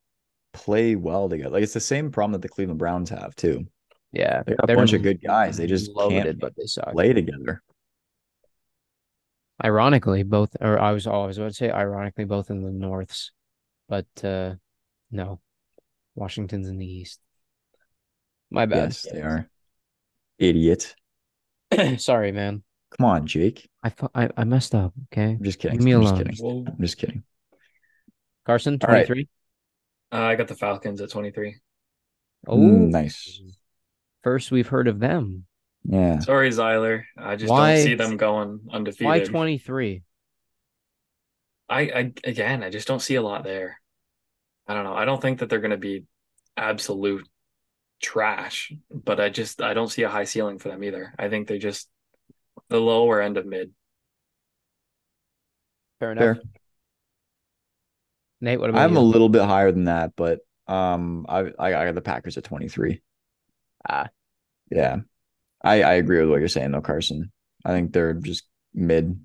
A: play well together. Like it's the same problem that the Cleveland Browns have too.
C: Yeah,
A: They got a
C: They're
A: bunch of good guys. They just
C: loaded,
A: can't
C: but they suck.
A: play together.
C: Ironically, both or I was always about to say ironically both in the Norths, but uh no, Washington's in the East. My bad.
A: Yes, they are. Idiot.
C: *clears throat* Sorry, man.
A: Come on, Jake.
C: I, fu- I I messed up. Okay,
A: I'm just kidding.
C: Leave me
A: I'm just
C: alone.
A: kidding.
B: Well,
A: I'm just kidding.
C: Carson,
D: All right.
C: twenty three.
B: uh, I got the Falcons at 23.
C: Oh,
A: Mm, nice.
C: First, we've heard of them.
A: Yeah.
B: Sorry, Zyler. I just
C: Why-
B: don't see them going undefeated.
C: Why twenty three?
B: I, I again, I just don't see a lot there. I don't know. I don't think that they're going to be absolute trash, but I just I don't see a high ceiling for them either. I think they just the lower end of mid.
C: Fair enough.
A: Fair.
C: Nate, what about
A: I'm
C: you?
A: a little bit higher than that, but um, I I I got the Packers at 23.
C: Ah.
A: yeah, I I agree with what you're saying though, Carson. I think they're just mid,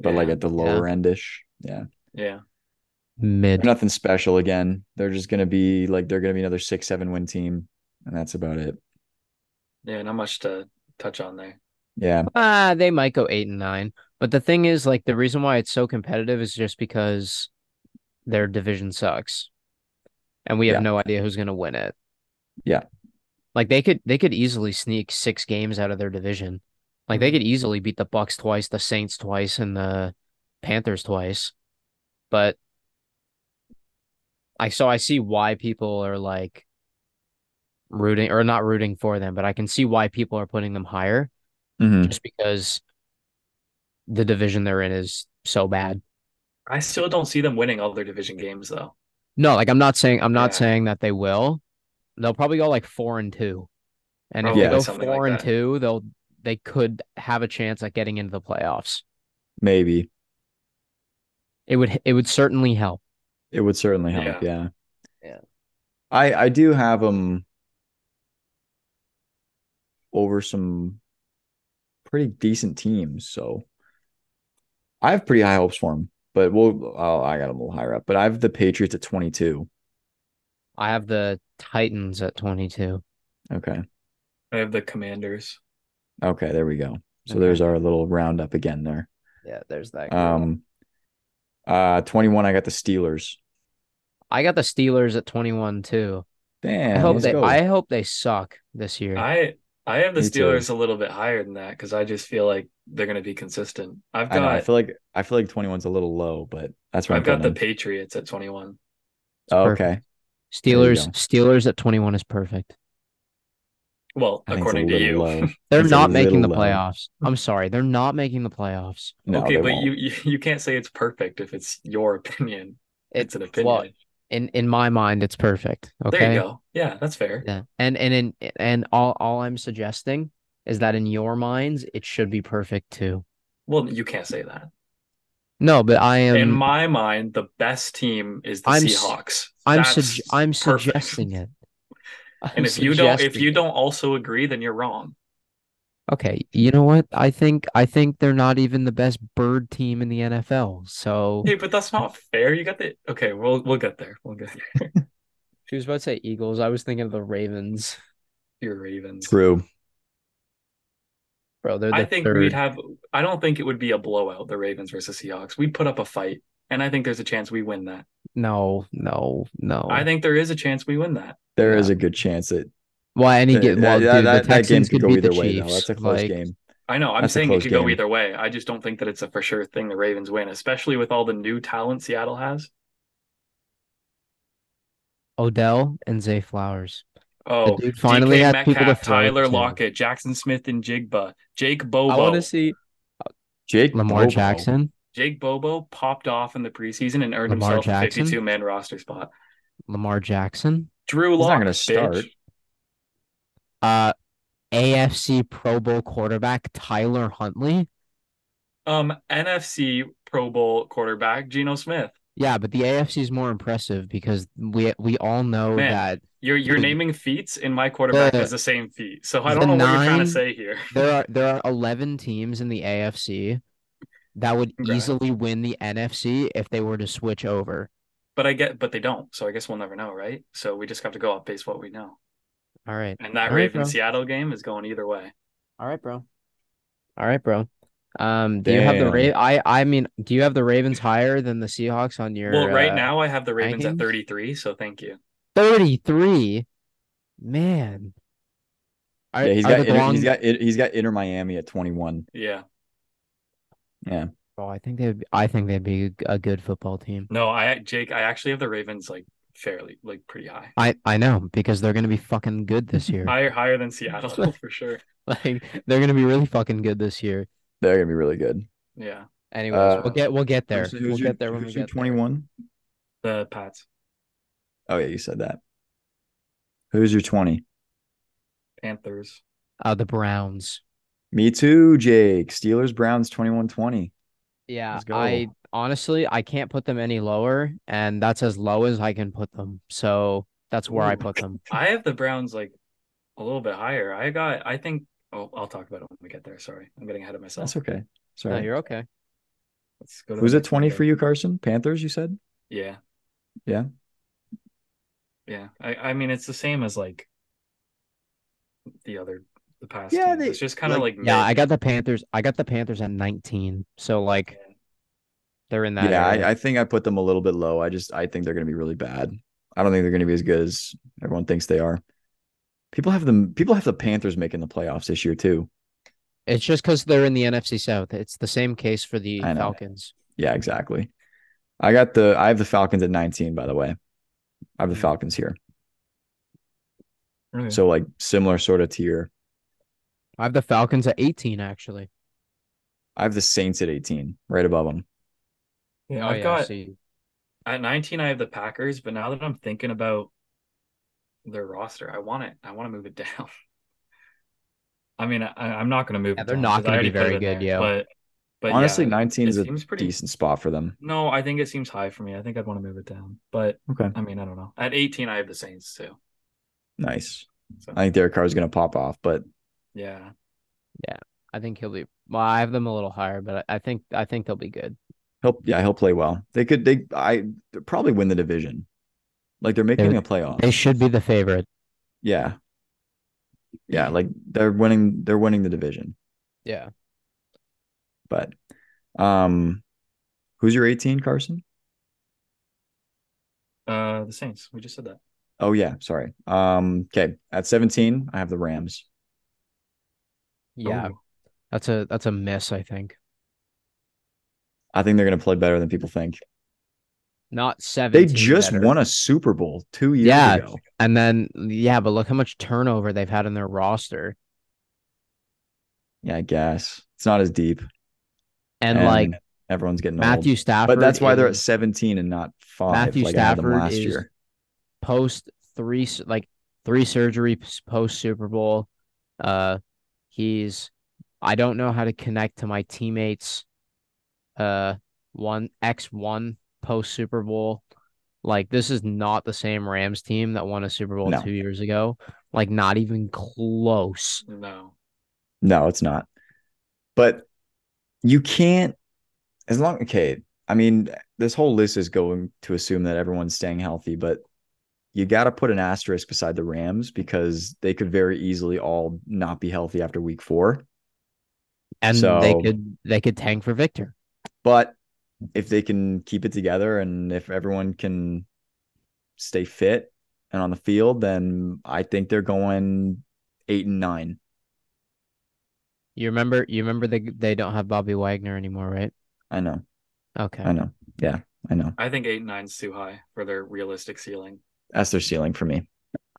A: but like
B: Yeah.
A: at the lower end ish. Yeah,
B: yeah.
C: mid.
A: They're nothing special. Again, they're just gonna be like they're gonna be another six seven win team, and that's about it.
B: Yeah, not much to touch on there.
A: Yeah,
C: Ah, they might go eight and nine. But the thing is, like, the reason why it's so competitive is just because their division sucks, and we have
A: Yeah.
C: no idea who's going to win it.
A: Yeah.
C: like they could they could easily sneak six games out of their division. Like
A: Mm-hmm.
C: they could easily beat the Bucks twice, the Saints twice, and the Panthers twice. But I so I see why people are like rooting or not rooting for them, but I can see why people are putting them higher
B: Mm-hmm.
A: Mhm.
C: just because the division they're in is so bad.
B: I still don't see them winning all their division games though.
C: No, like I'm not saying I'm not
B: Yeah.
C: saying that they will. They'll probably go like four and two, and if
A: Probably
C: they go
B: something like
C: four and
B: that.
C: two, they'll they could have a chance at getting into the playoffs.
A: maybe
C: It would it would certainly help.
A: it would certainly help. Yeah,
C: Yeah.
A: I I do have them over some pretty decent teams, so I have pretty high hopes for them. But we'll oh, I got them a little higher up, but I have the Patriots at twenty two.
C: I have the Titans at twenty two.
A: Okay,
B: I have the Commanders.
A: okay, there we go. So
C: Okay.
A: there's our little roundup again there.
C: Yeah, there's that.
A: Um, uh, twenty one. I got the Steelers.
C: I got the Steelers at twenty one too.
A: Damn,
C: I hope
A: let's
C: they
A: go.
C: I hope they suck this year.
B: I I have the
A: Me too.
B: Steelers a little bit higher than that because I just feel like they're going to be consistent. I've
A: I, know, I
B: got
A: feel like I feel like twenty one's a little low, but that's right.
B: I've got the Patriots at 21.
A: oh,
C: perfect.
A: okay. you
C: Steelers
A: go.
C: Steelers at twenty one is perfect.
B: Well,
A: I think it's a
B: according to
A: little
B: you. *laughs*
A: low.
C: They're
A: It's a
C: not making the
A: little low.
C: playoffs. I'm sorry, they're not making the playoffs.
A: No,
B: okay,
A: they
B: but
A: won't.
B: you, you you can't say it's perfect if it's your
C: *laughs*
B: opinion. It's an opinion.
C: well, in in my mind, it's perfect. Okay.
B: There you go. Yeah, that's fair.
C: Yeah. And and in and all all I'm suggesting is that in your minds, it should be perfect too.
B: Well, you can't say that.
C: No, but I am.
B: In my mind, the best team is the
C: Um, I'm s-
B: Seahawks.
C: I'm
B: That's
C: sug- I'm
B: perfect.
C: suggesting it. I'm
B: *laughs* And if you don't if
C: suggesting
B: you
C: it.
B: don't also agree, then you're wrong.
C: okay, you know what? I think I think they're not even the best bird team in the NFL. So
B: Hey, but that's not fair. You got the okay. We'll we'll get there. We'll get there. *laughs*
C: she was about to say Eagles. I was thinking of the Ravens.
B: Your Ravens.
A: True.
C: bro. They're the
B: I think
C: third.
B: we'd have. I don't think it would be a blowout. The Ravens versus Seahawks. We'd put up a fight, and I think there's a chance we win that.
C: no, no, no.
B: I think there is a chance we win that.
A: There
C: Yeah.
A: is a good chance that
C: Why any
A: that-
C: get
A: that,
C: well, dude,
A: that, that
C: the
A: game
C: Texans
A: could
C: could
A: go
C: beat the
A: either
C: Chiefs.
A: way. Though that's a close
C: like,
A: game.
B: I know. I'm
A: That's a
B: saying it
A: close
B: could go
A: game.
B: either way. I just don't think that it's a for sure thing. The Ravens win, especially with all the new talent Seattle has.
C: Odell and Zay Flowers.
B: Oh,
C: dude finally
B: DK
C: had
B: Metcalf,
C: people to throw
B: Tyler
C: to.
B: Lockett, Jackson Smith, and Jigba, Jake
C: I want to
B: Bobo.
C: see
A: Jake
C: Lamar
A: Bobo.
C: Jackson.
B: Jake Bobo popped off in the preseason and earned
C: Lamar
B: himself a
C: Jackson?
B: 52 man roster spot.
C: Lamar Jackson.
B: Drew
A: He's
B: Lock,
A: not gonna
B: bitch.
A: start.
C: Uh AFC Pro Bowl quarterback Tyler Huntley.
B: Um, NFC Pro Bowl quarterback Geno Smith.
C: Yeah, but the AFC is more impressive because we we all know
B: Man,
C: that
B: You're you're
C: Dude.
B: naming feats, and my quarterback
C: The-
B: has the same feat. So I
C: Hmm. the
B: don't know what you're trying
C: nine-
B: to say here.
C: there are there are 11 teams in the AFC that would
B: Right.
C: easily win the NFC if they were to switch over.
B: But I get, but they don't. So I guess we'll never know, right? So we just have to go off based what we know.
C: All right.
B: And that
C: All right,
B: Raven
C: bro.
B: Seattle game is going either way.
C: All right, bro. All right, bro. Um, do you have the
A: Damn.
C: Ra- I I mean, do you have the Ravens higher than the Seahawks on your
B: well, right
C: uh,
B: now I have the Ravens
C: rankings?
B: at 33. So thank you.
C: 33? Man. Are,
A: Yeah, he's
C: are
A: got
C: the
A: inter,
C: Bron-
A: he's got he's got Inter Miami at 21.
B: Yeah.
C: Oh, I think they'd I think they'd be a good football team.
B: No, I Jake, I actually have the Ravens like fairly, like pretty high,
C: I I know because they're gonna be fucking good
A: *laughs*
C: this year. *laughs*
B: higher higher than Seattle *laughs* for sure.
C: like they're gonna be really fucking good this year.
A: They're gonna be really good.
B: Yeah.
C: Anyways,
A: Uh,
C: we'll get we'll get there.
A: Who's- who's
C: We'll
A: your-
C: get there when we
A: who's your
C: get there.
A: 21.
B: The Pats,
A: Oh yeah, you said that. Who's your 20?
B: Panthers.
C: Uh, the Browns.
A: Me too, Jake. Steelers Browns 21-20.
C: Yeah,
A: Let's go.
C: I honestly I can't put them any lower, and that's as low as I can put them. So that's where I
B: Ooh.
C: put them.
B: I have the Browns like a little bit higher. I got, I think, oh, I'll talk about it when we get there. Sorry. I'm getting ahead of myself.
A: That's okay.
C: No,
A: Sorry.
C: you're okay.
B: Let's go to
A: Who's
B: the
A: at
B: next one
A: 20
B: here.
A: for you, Carson? Panthers, you said?
B: Yeah.
A: Yeah.
B: Yeah. I, I mean, it's the same as like the other, the past.
A: Yeah,
B: Yeah.
A: they-
B: it's just kind of
A: like-
B: like,
C: Yeah, I
B: mid.
C: got the Panthers. I got the Panthers at 19. So like
B: Yeah.
C: they're in that.
A: yeah,
C: area.
A: I, I think I put them a little bit low. I just I think they're gonna be really bad. I don't think they're gonna be as good as everyone thinks they are. People have them people have the Panthers making the playoffs this year too.
C: It's just because they're in the NFC South. It's the same case for the
A: I know.
C: Falcons.
A: Yeah, exactly. I got the I have the Falcons at 19, by the way. I have the
B: Hmm.
A: Falcons here.
B: Okay.
A: So like similar sort of tier.
C: I have the Falcons at 18, actually.
A: I have the Saints at 18, right above them.
B: Yeah,
C: Oh,
B: I've
C: yeah,
B: got
C: see.
B: at 19 I have the Packers, but now that I'm thinking about their roster, I want it. I want to move it *laughs* down. I mean, I, I'm not going to move.
C: Yeah,
B: it
C: they're
B: down
C: not
B: 'cause I
C: gonna
B: already
C: be
B: put
C: very
B: it in
C: good,
B: there,
C: yeah.
B: But, but
A: Honestly,
B: yeah,
A: 19 is
B: it
A: a
B: seems pretty.
A: decent spot for them.
B: No, I think it seems high for me. I think I'd want to move it down. But
A: Okay.
B: I mean, I don't know. At 18, I have the Saints too.
A: Nice.
B: So
A: I think Derek Carr is going to pop off, but
B: yeah,
C: I think he'll be. Well, I have them a little higher, but I I think I think they'll be good.
A: he'll yeah he'll play well. They could they I they'll probably win the division. Like they're making
C: They-
A: a playoff.
C: They should be the favorite.
A: yeah. Yeah, like they're winning they're winning the division.
C: Yeah.
A: But um who's your 18, Carson?
B: uh, the Saints. We just said that.
A: Oh yeah, sorry. Um okay, at 17, I have the Rams.
C: Yeah.
B: Ooh.
C: That's a that's a miss, I think.
A: I think they're going to play better than people think.
C: Not seven.
A: They just won a Super Bowl 2 years
C: Yeah.
A: ago.
C: and then yeah, but look how much turnover they've had in their roster.
A: Yeah, I guess. It's not as deep
C: And, like
A: everyone's getting old.
C: Matthew Stafford
A: But that's why they're at
C: is
A: 17 and not 5
C: Matthew
A: like I had them
C: Stafford
A: last
C: is-
A: year.
C: post three s- like three surgeries post Super Bowl. Uh he's I don't know how to connect to my teammates uh one X one post Super Bowl. Like this is not the same Rams team that won a Super Bowl
A: No.
C: two years ago. Like not even close.
B: No,
A: No, it's not. But you can't as long okay, I mean, this whole list is going to assume that everyone's staying healthy, but you got to put an asterisk beside the Rams because they could very easily all not be healthy after week 4.
C: and they
A: So-
C: could they could tank for Victor.
A: But if they can keep it together and if everyone can stay fit and on the field, then I think they're going eight and nine.
C: You remember you remember they they don't have Bobby Wagner anymore, right?
A: I know.
C: Okay.
A: I know. Yeah, I know.
B: I think eight and nine's too high for their realistic ceiling.
A: That's their ceiling for me.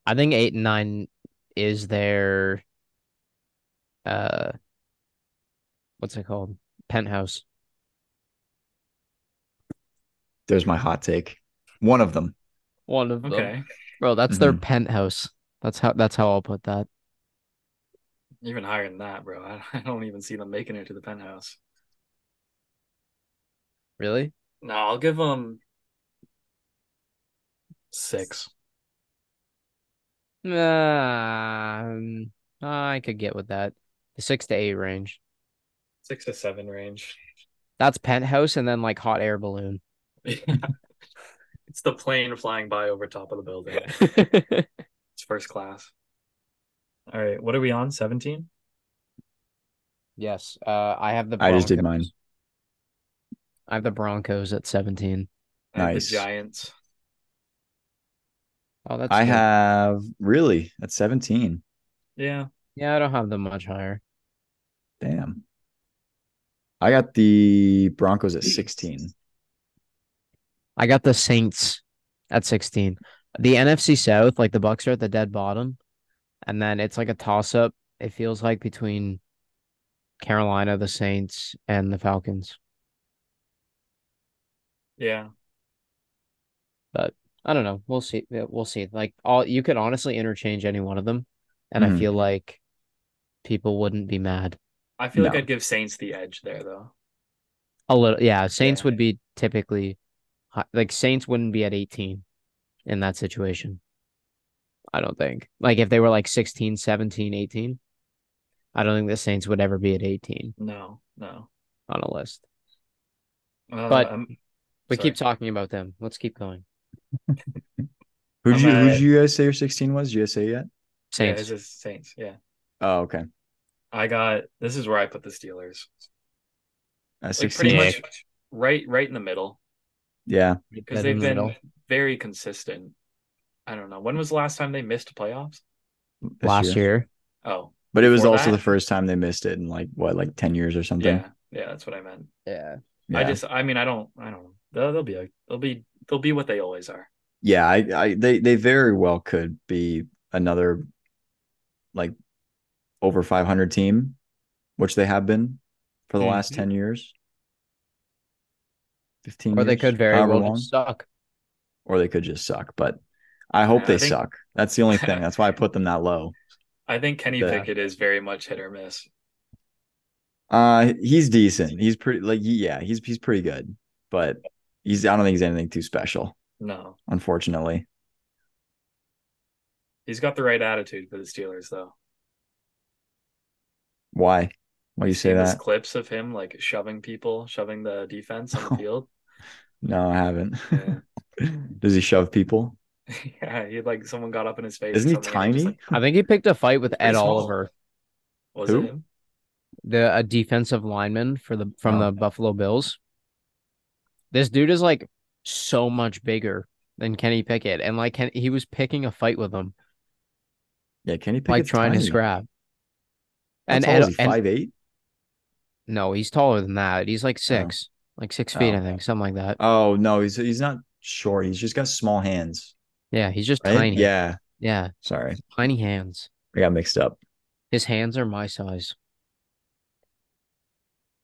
C: I think eight and nine is their uh what's it called? Penthouse.
A: There's my hot take. One of them.
C: One of
B: Okay,
C: Bro, that's their
A: Mhm.
C: penthouse. That's how that's how I'll put that.
B: even higher than that, bro. *laughs* I, I don't even see them making it to the penthouse.
C: Really?
B: No, I'll give them six.
C: Um, I could get with that. The six to eight range.
B: Six to seven range.
C: That's penthouse and then like hot air balloon.
B: *laughs* it's the plane flying by over top of the building. It's first class. All right, what are we on? Seventeen.
C: yes. Uh I have the
A: I just did mine.
C: Broncos. I have the Broncos at 17.
A: Nice.
B: The Giants.
C: Oh, that's
A: I
C: good.
A: have really at 17.
B: Yeah.
C: Yeah, I don't have them much higher.
A: Damn. I got the Broncos at 16.
C: I got the Saints at 16. The NFC South, like the Bucks are at the dead bottom. And then it's like a toss up, it feels like between Carolina, the Saints, and the Falcons.
B: Yeah.
C: I don't know. We'll see. Yeah, We'll see. Like all you could honestly interchange any one of them. And I
A: Mhm.
C: feel like people wouldn't be mad.
B: I feel like
A: No.
B: I'd give Saints the edge there, though.
C: A little yeah, Saints
B: Yeah.
C: would be typically hi- like Saints wouldn't be at 18 in that situation. I don't think. Like if they were like 16, 17, 18, I don't think the Saints would ever be at 18
B: No, no.
C: on a list.
B: Uh,
C: But-
B: I'm-
C: We
B: Sorry.
C: keep talking about them. Let's keep going.
A: Who'd
B: I'm
A: you,
B: at-
A: who'd you guys say your 16 was? Did you guys say it yet?
B: yeah,
C: Saints.
B: it's just Saints. Yeah.
A: Oh, okay.
B: I got this is where I put the Steelers.
A: At
B: Like pretty
A: 16.
C: Yeah.
B: much right right in the middle.
A: yeah.
B: Because
C: Dead in
B: they've
C: the
B: been
C: middle.
B: very consistent. I don't know. When was the last time they missed playoffs?
A: this
C: last year.
B: Oh,
A: But it was
B: Before
A: also
B: that?
A: the first time they missed it in like what, like 10 years or something.
B: yeah. Yeah, that's what I meant.
C: Yeah.
B: I just I mean I don't I don't know. They'll, they'll be a, they'll be they'll be what they always are.
A: yeah, I, I they they very well could be another like over 500 team, which they have been for the last
C: Mm-hmm.
B: Mhm.
A: 10 years. 15
C: Or they
A: years,
C: could very
A: however
C: well
A: long.
C: just suck.
A: or they could just suck, but I hope
B: Yeah, I
A: they
B: think-
A: suck. That's the only thing. That's
C: *laughs*
A: why I put them that low.
B: I think Kenny
A: Yeah.
B: Pickett is very much hit or miss.
A: Uh he's decent. He's pretty like yeah, he's he's pretty good, but he's I don't think he's anything too special,
B: No,
A: unfortunately.
B: he's got the right attitude for the Steelers though.
A: Why? Why do you say
B: Seen those
A: that?
B: clips of him like shoving people, shoving the defense
C: *laughs*
B: on the field.
A: No, I haven't.
B: Yeah.
A: *laughs* Does he shove people?
B: *laughs* yeah, he like someone got up in his face.
A: Isn't he
B: or something, and
A: tiny?
B: just, like,
C: I think he picked a fight with
B: Pretty
C: Ed
B: small.
C: Oliver,
B: was
A: Who?
B: it him?
C: the a defensive lineman for the from
A: Oh.
C: the Buffalo Bills. This dude is like so much bigger than Kenny Pickett, and like Ken, he was picking a fight with him,
A: yeah, Kenny Pickett's
C: like trying
A: tiny.
C: to scrap.
A: How
C: And
A: tall
C: Ed,
A: is he?
C: and-
A: Five eight?
C: no, he's taller than that. He's like six, like six feet,
A: Oh.
C: I think, something like that.
A: Oh no, he's he's not short. He's just got small hands.
C: Yeah, he's just
A: Right?
C: tiny.
A: Yeah.
C: yeah,
A: Sorry.
C: tiny hands.
A: I got mixed up.
C: His hands are my size. *laughs*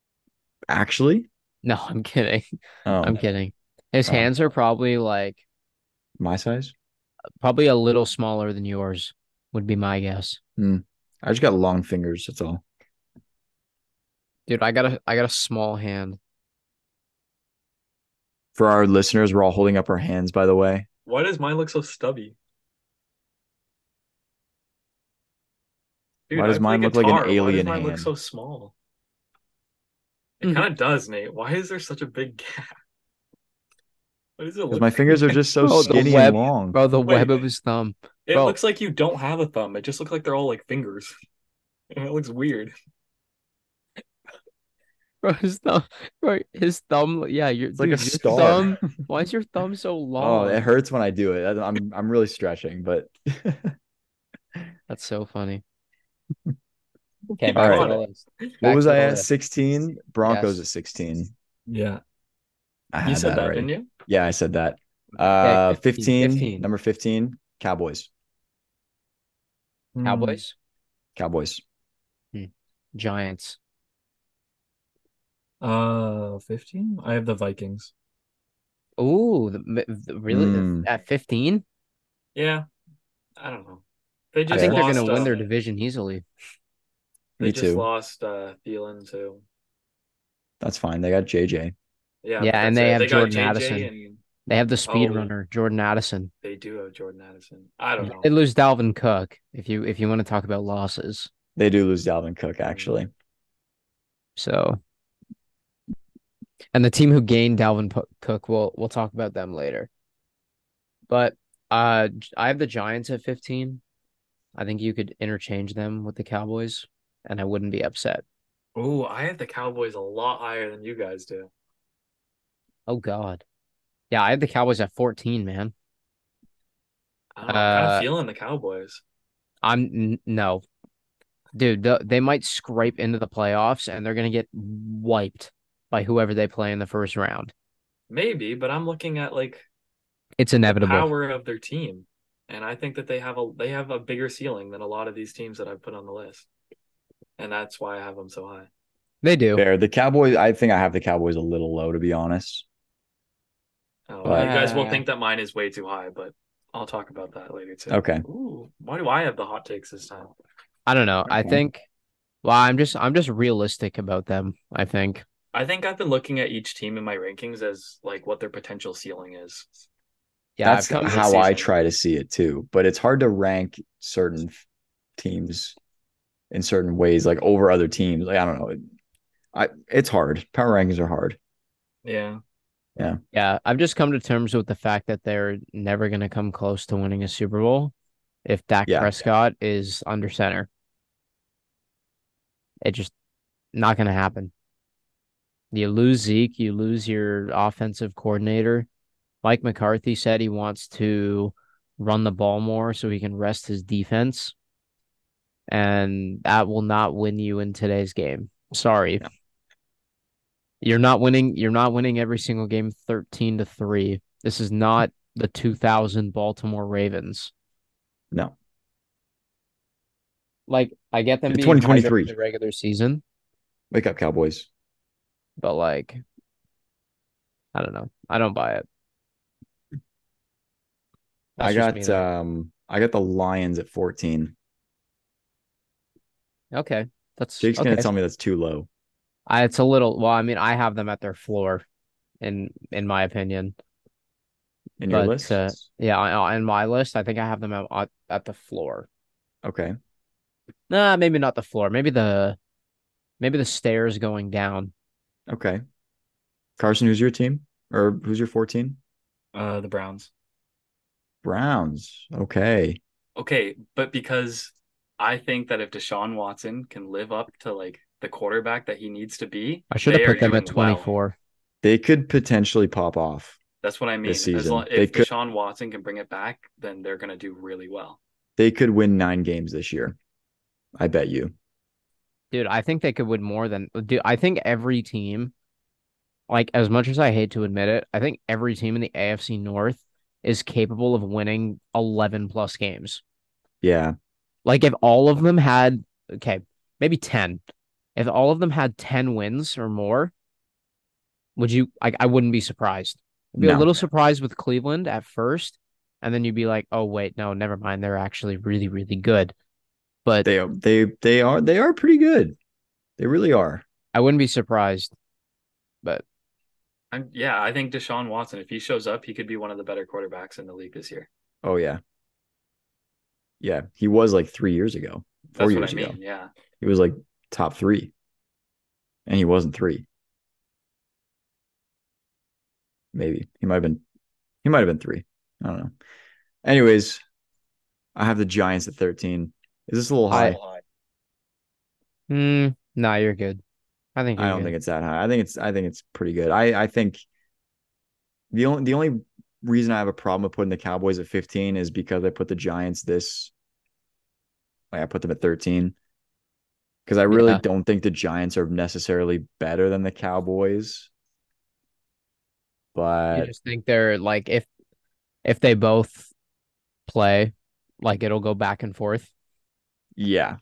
A: Actually?
C: No, I'm kidding.
A: Oh
C: I'm kidding. His
A: Oh.
C: hands are probably like
A: my size?
C: probably a little smaller than yours. Would be my guess.
A: I just got long fingers, that's all.
C: Dude, I got a I got a small hand.
A: For our listeners, we're all holding up our hands, by the way.
B: Why does mine look so stubby?
A: Why does
B: I play
A: mine look like an
B: guitar. Why does
A: alien
B: mine look
A: hand?
B: so small? It kind of does, Nate. Why is there such a big *laughs* gap? What does it
A: Because
B: look
A: my fingers
B: *laughs*
A: are just so
C: *laughs* Oh, the
A: skinny
C: web-
A: and long.
C: Bro, the web
B: Wait.
C: of his thumb. *laughs*
B: It
C: Bro.
B: looks like you don't *laughs* have a thumb. It just looks like they're all like fingers. And it looks weird.
C: Bro, his thumb, bro, his thumb. Yeah, you're
A: It's like a
C: dude, your
A: star. *laughs*
C: Thumb, why is your thumb so
A: Oh,
C: long?
A: it hurts when I do it. I- I'm I'm really stretching, but
C: That's so funny. Okay,
A: All
C: back to
A: right.
C: the list.
A: what
C: Back
A: was
C: to
A: I
C: the
A: at?
C: list.
A: 16. Broncos at
C: Yes.
A: 16.
B: Yeah.
A: I
B: You
A: had
B: said that,
A: already.
B: didn't you?
A: Yeah, I said that. Uh,
C: 15,
A: 15,
C: 15.
A: number 15, Cowboys.
B: Hmm.
C: Cowboys,
A: Cowboys.
C: Giants.
B: Uh, 15? I have the Vikings.
C: Ooh, the, the, really
A: Mm.
C: at fifteen,
B: Yeah. I don't know. They
C: I
B: just
C: think they're
B: lost,
C: gonna win their
B: uh,
C: division easily.
B: They
A: Me
B: just
A: too.
B: lost uh Thielen too.
A: That's fine. They got JJ.
B: Yeah.
C: Yeah,
B: that's
C: and they
B: it.
C: have
B: got
C: Jordan
B: JJ
C: Addison.
B: and
C: They have the speed
B: Oh.
C: runner Jordan Addison.
B: they do have Jordan Addison. I don't know.
C: They lose Dalvin Cook. If you if you want to talk about losses,
A: They do lose Dalvin Cook,
C: Mm-hmm.
A: actually.
C: so and the team who gained Dalvin P- Cook, we'll we'll talk about them later. But uh, G- I have the Giants at fifteen. I think you could interchange them with the Cowboys, and I wouldn't be upset.
B: Oh, I have the Cowboys a lot higher than you guys do.
C: Oh God, yeah, I have the Cowboys at fourteen, man.
B: I don't know, I'm kind
C: Uh,
B: of feeling the Cowboys.
C: I'm n- no, dude. th- they might scrape into the playoffs, and they're gonna get wiped by whoever they play in the first round.
B: Maybe, but I'm looking at like
C: It's inevitable.
B: power of their team, and I think that they have a they have a bigger ceiling than a lot of these teams that I've put on the list, and that's why I have them so high.
C: They do.
A: Fair. The Cowboys, I think I have the Cowboys a little low, to be honest.
B: Oh,
A: But-
B: you guys will
C: Uh,
B: think that mine is way too high, but I'll talk about that later too.
A: Okay.
B: Ooh, why do I have the hot takes this time?
C: I don't know. I
A: Okay.
C: think. Well, I'm just I'm just realistic about them. I think.
B: I think I've been looking at each team in my rankings as like what their potential ceiling is.
C: Yeah,
A: That's
C: I've come.
B: this
A: how I
B: season.
A: try to see it too. But it's hard to rank certain f- teams in certain ways, like over other teams. Like I don't know. I it's hard. Power rankings are hard.
B: Yeah.
C: Yeah, I've just come to terms with the fact that they're never going to come close to winning a Super Bowl if Dak
A: Yeah.
C: Prescott is under center. It just not going to happen. You lose Zeke, you lose your offensive coordinator. Mike McCarthy said he wants to run the ball more so he can rest his defense. And that will not win you in today's game. Sorry.
A: No.
C: You're not winning you're not winning every single game 13 to 3. This is not the 2000 Baltimore Ravens.
A: No.
C: Like I get them
A: It's
C: being high during
A: 2023.
C: the regular season,
A: Wake up, Cowboys.
C: but like I don't know. I don't buy it.
A: I
C: That's just me,
A: got
C: though.
A: um I got the Lions at 14.
C: Okay. That's
A: Jake's
C: okay.
A: gonna tell me that's too low.
C: I, it's a little well, I mean, I have them at their floor in in my opinion.
A: In your
C: But,
A: list?
C: uh, Yeah, on, on my list, I think I have them at- at, at the floor.
A: okay.
C: Nah, maybe not the floor. Maybe the maybe the stairs going down.
A: Okay. Carson, who's your team? Or who's your 14?
B: Uh, the Browns.
A: Browns. Okay.
B: Okay, but because I think that if Deshaun Watson can live up to like the quarterback that he needs to be,
C: I should have
B: they
C: put
B: are
C: them at
B: doing well.
C: 24.
A: They could potentially pop off.
B: That's what I mean.
A: this
B: As
A: season.
B: long,
A: They
B: if
A: could-
B: Deshaun Watson can bring it back, then they're going to do really well.
A: They could win nine games this year. I bet you.
C: Dude, I think they could win more than dude, I think every team like as much as I hate to admit it, I think every team in the AFC North is capable of winning 11 plus games.
A: Yeah.
C: Like if all of them had okay, maybe 10. If all of them had 10 wins or more, would you I, I wouldn't be surprised. I'd be a
A: No.
C: little surprised with Cleveland at first, and then you'd be like, "Oh wait, no, never mind. They're actually really really good." But
A: They are they they are they are pretty good. They really are.
C: I wouldn't be surprised. But
B: I'm, yeah, I think Deshaun Watson, if he shows up, he could be one of the better quarterbacks in the league this year.
A: Oh yeah. Yeah. He was like three years ago. Four
B: That's
A: years
B: what I mean.
A: ago.
B: Yeah.
A: He was like top three. And he wasn't three. Maybe. He might have been he might have been three. I don't know. Anyways, I have the Giants at 13. Is this a little
C: I-
A: high?
C: mm, nah, Hmm, you're good. I think.
A: I don't think it's that high. I think it's I think it's pretty good. I I think the only the only reason I have a problem with putting the Cowboys at 15 is because I put the Giants this like I put them at 13 because I really
C: Yeah.
A: don't think the Giants are necessarily better than the Cowboys.
C: I
A: But
C: just think they're like if if they both play, like it'll go back and forth.
A: yeah,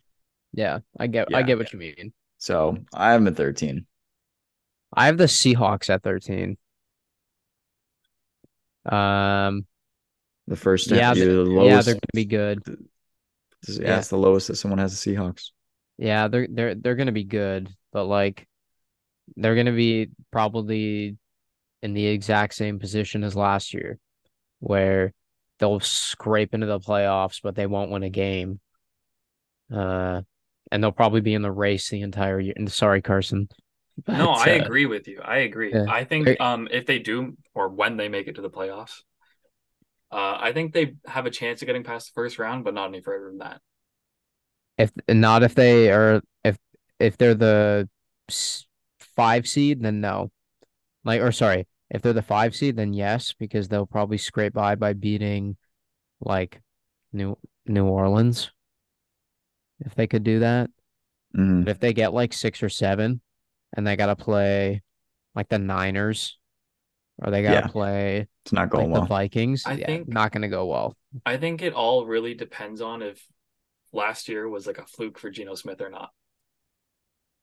C: Yeah, I get. I
A: Yeah.
C: get what you mean.
A: so I have them at 13.
C: I have the Seahawks at thirteen. Um.
A: The first
C: Yeah,
A: yeah,
C: they-
A: the
C: Yeah,
A: lowest.
C: they're gonna be good.
A: yeah,
C: yeah.
A: it's the lowest that someone has the Seahawks.
C: Yeah, they're they're they're gonna be good, but like they're gonna be probably in the exact same position as last year, where they'll scrape into the playoffs, but they won't win a game. Uh, and they'll probably be in the race the entire year. And sorry, Carson. *laughs*
B: No,
C: But,
B: I
C: uh,
B: agree with you. I agree.
C: yeah.
B: I
C: Very-
B: think um if they do or when they make it to the playoffs, uh I think they have a chance of getting past the first round, but not any further than that.
C: If not, if they are, if if they're the s- five seed, then no. Like, or sorry, if they're the five seed, then yes, because they'll probably scrape by by beating, like, New New Orleans. If they could do that,
A: Mhm.
C: but if they get like six or seven, and they gotta play, like the Niners, or they gotta
A: Yeah.
C: play
A: It's not
C: like
A: going
C: the
A: well.
C: Vikings,
B: I
C: yeah,
B: think-
C: not gonna go well.
B: I think it all really depends on if last year was like a fluke for Geno Smith or not.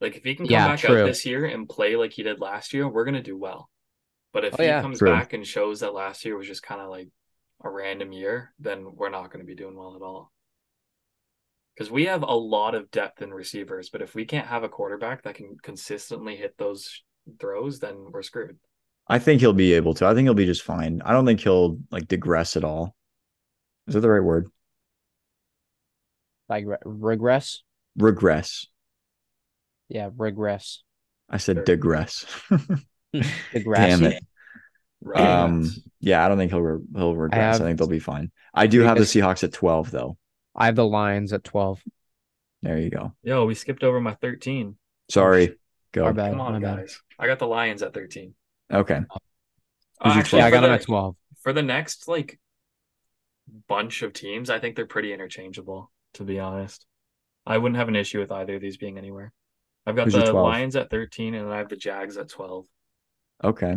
B: Like if he can come
C: Yeah,
B: back
C: true.
B: out this year and play like he did last year, we're gonna do well. But if
C: Oh,
B: he
C: yeah.
B: comes
A: True.
B: back and shows that last year was just kind of like a random year, then we're not gonna be doing well at all. Because we have a lot of depth in receivers, but if we can't have a quarterback that can consistently hit those throws, then we're screwed.
A: I think he'll be able to. I think he'll be just fine. I don't think he'll like digress at all. Is that the right word?
C: Like re- regress,
A: Regress.
C: yeah,
A: *laughs*
C: regress,
A: I said
B: Sure.
A: digress. *laughs*
C: regress.
A: Damn it.
B: Right.
A: Um, yeah, I don't think he'll re- he'll regress. I,
C: have-
A: think they'll be fine. I do have the
C: Because-
A: Seahawks at twelve, though.
C: I have the Lions at twelve.
A: There you go.
B: Yo, we skipped over my 13.
A: Sorry. Go.
C: Our bad.
B: Come
C: my
B: on,
C: bad.
B: guys. I got the Lions at 13.
A: Okay.
B: Oh,
A: your
B: actually,
C: *laughs* Yeah, I got
B: for
C: them
B: the-
C: at twelve.
B: for the next like bunch of teams, I think they're pretty interchangeable, to be honest. I wouldn't have an issue with either of these being anywhere. I've got
A: Who's your
B: the
A: 12?
B: Lions at 13 and then I have the Jags at 12.
A: Okay.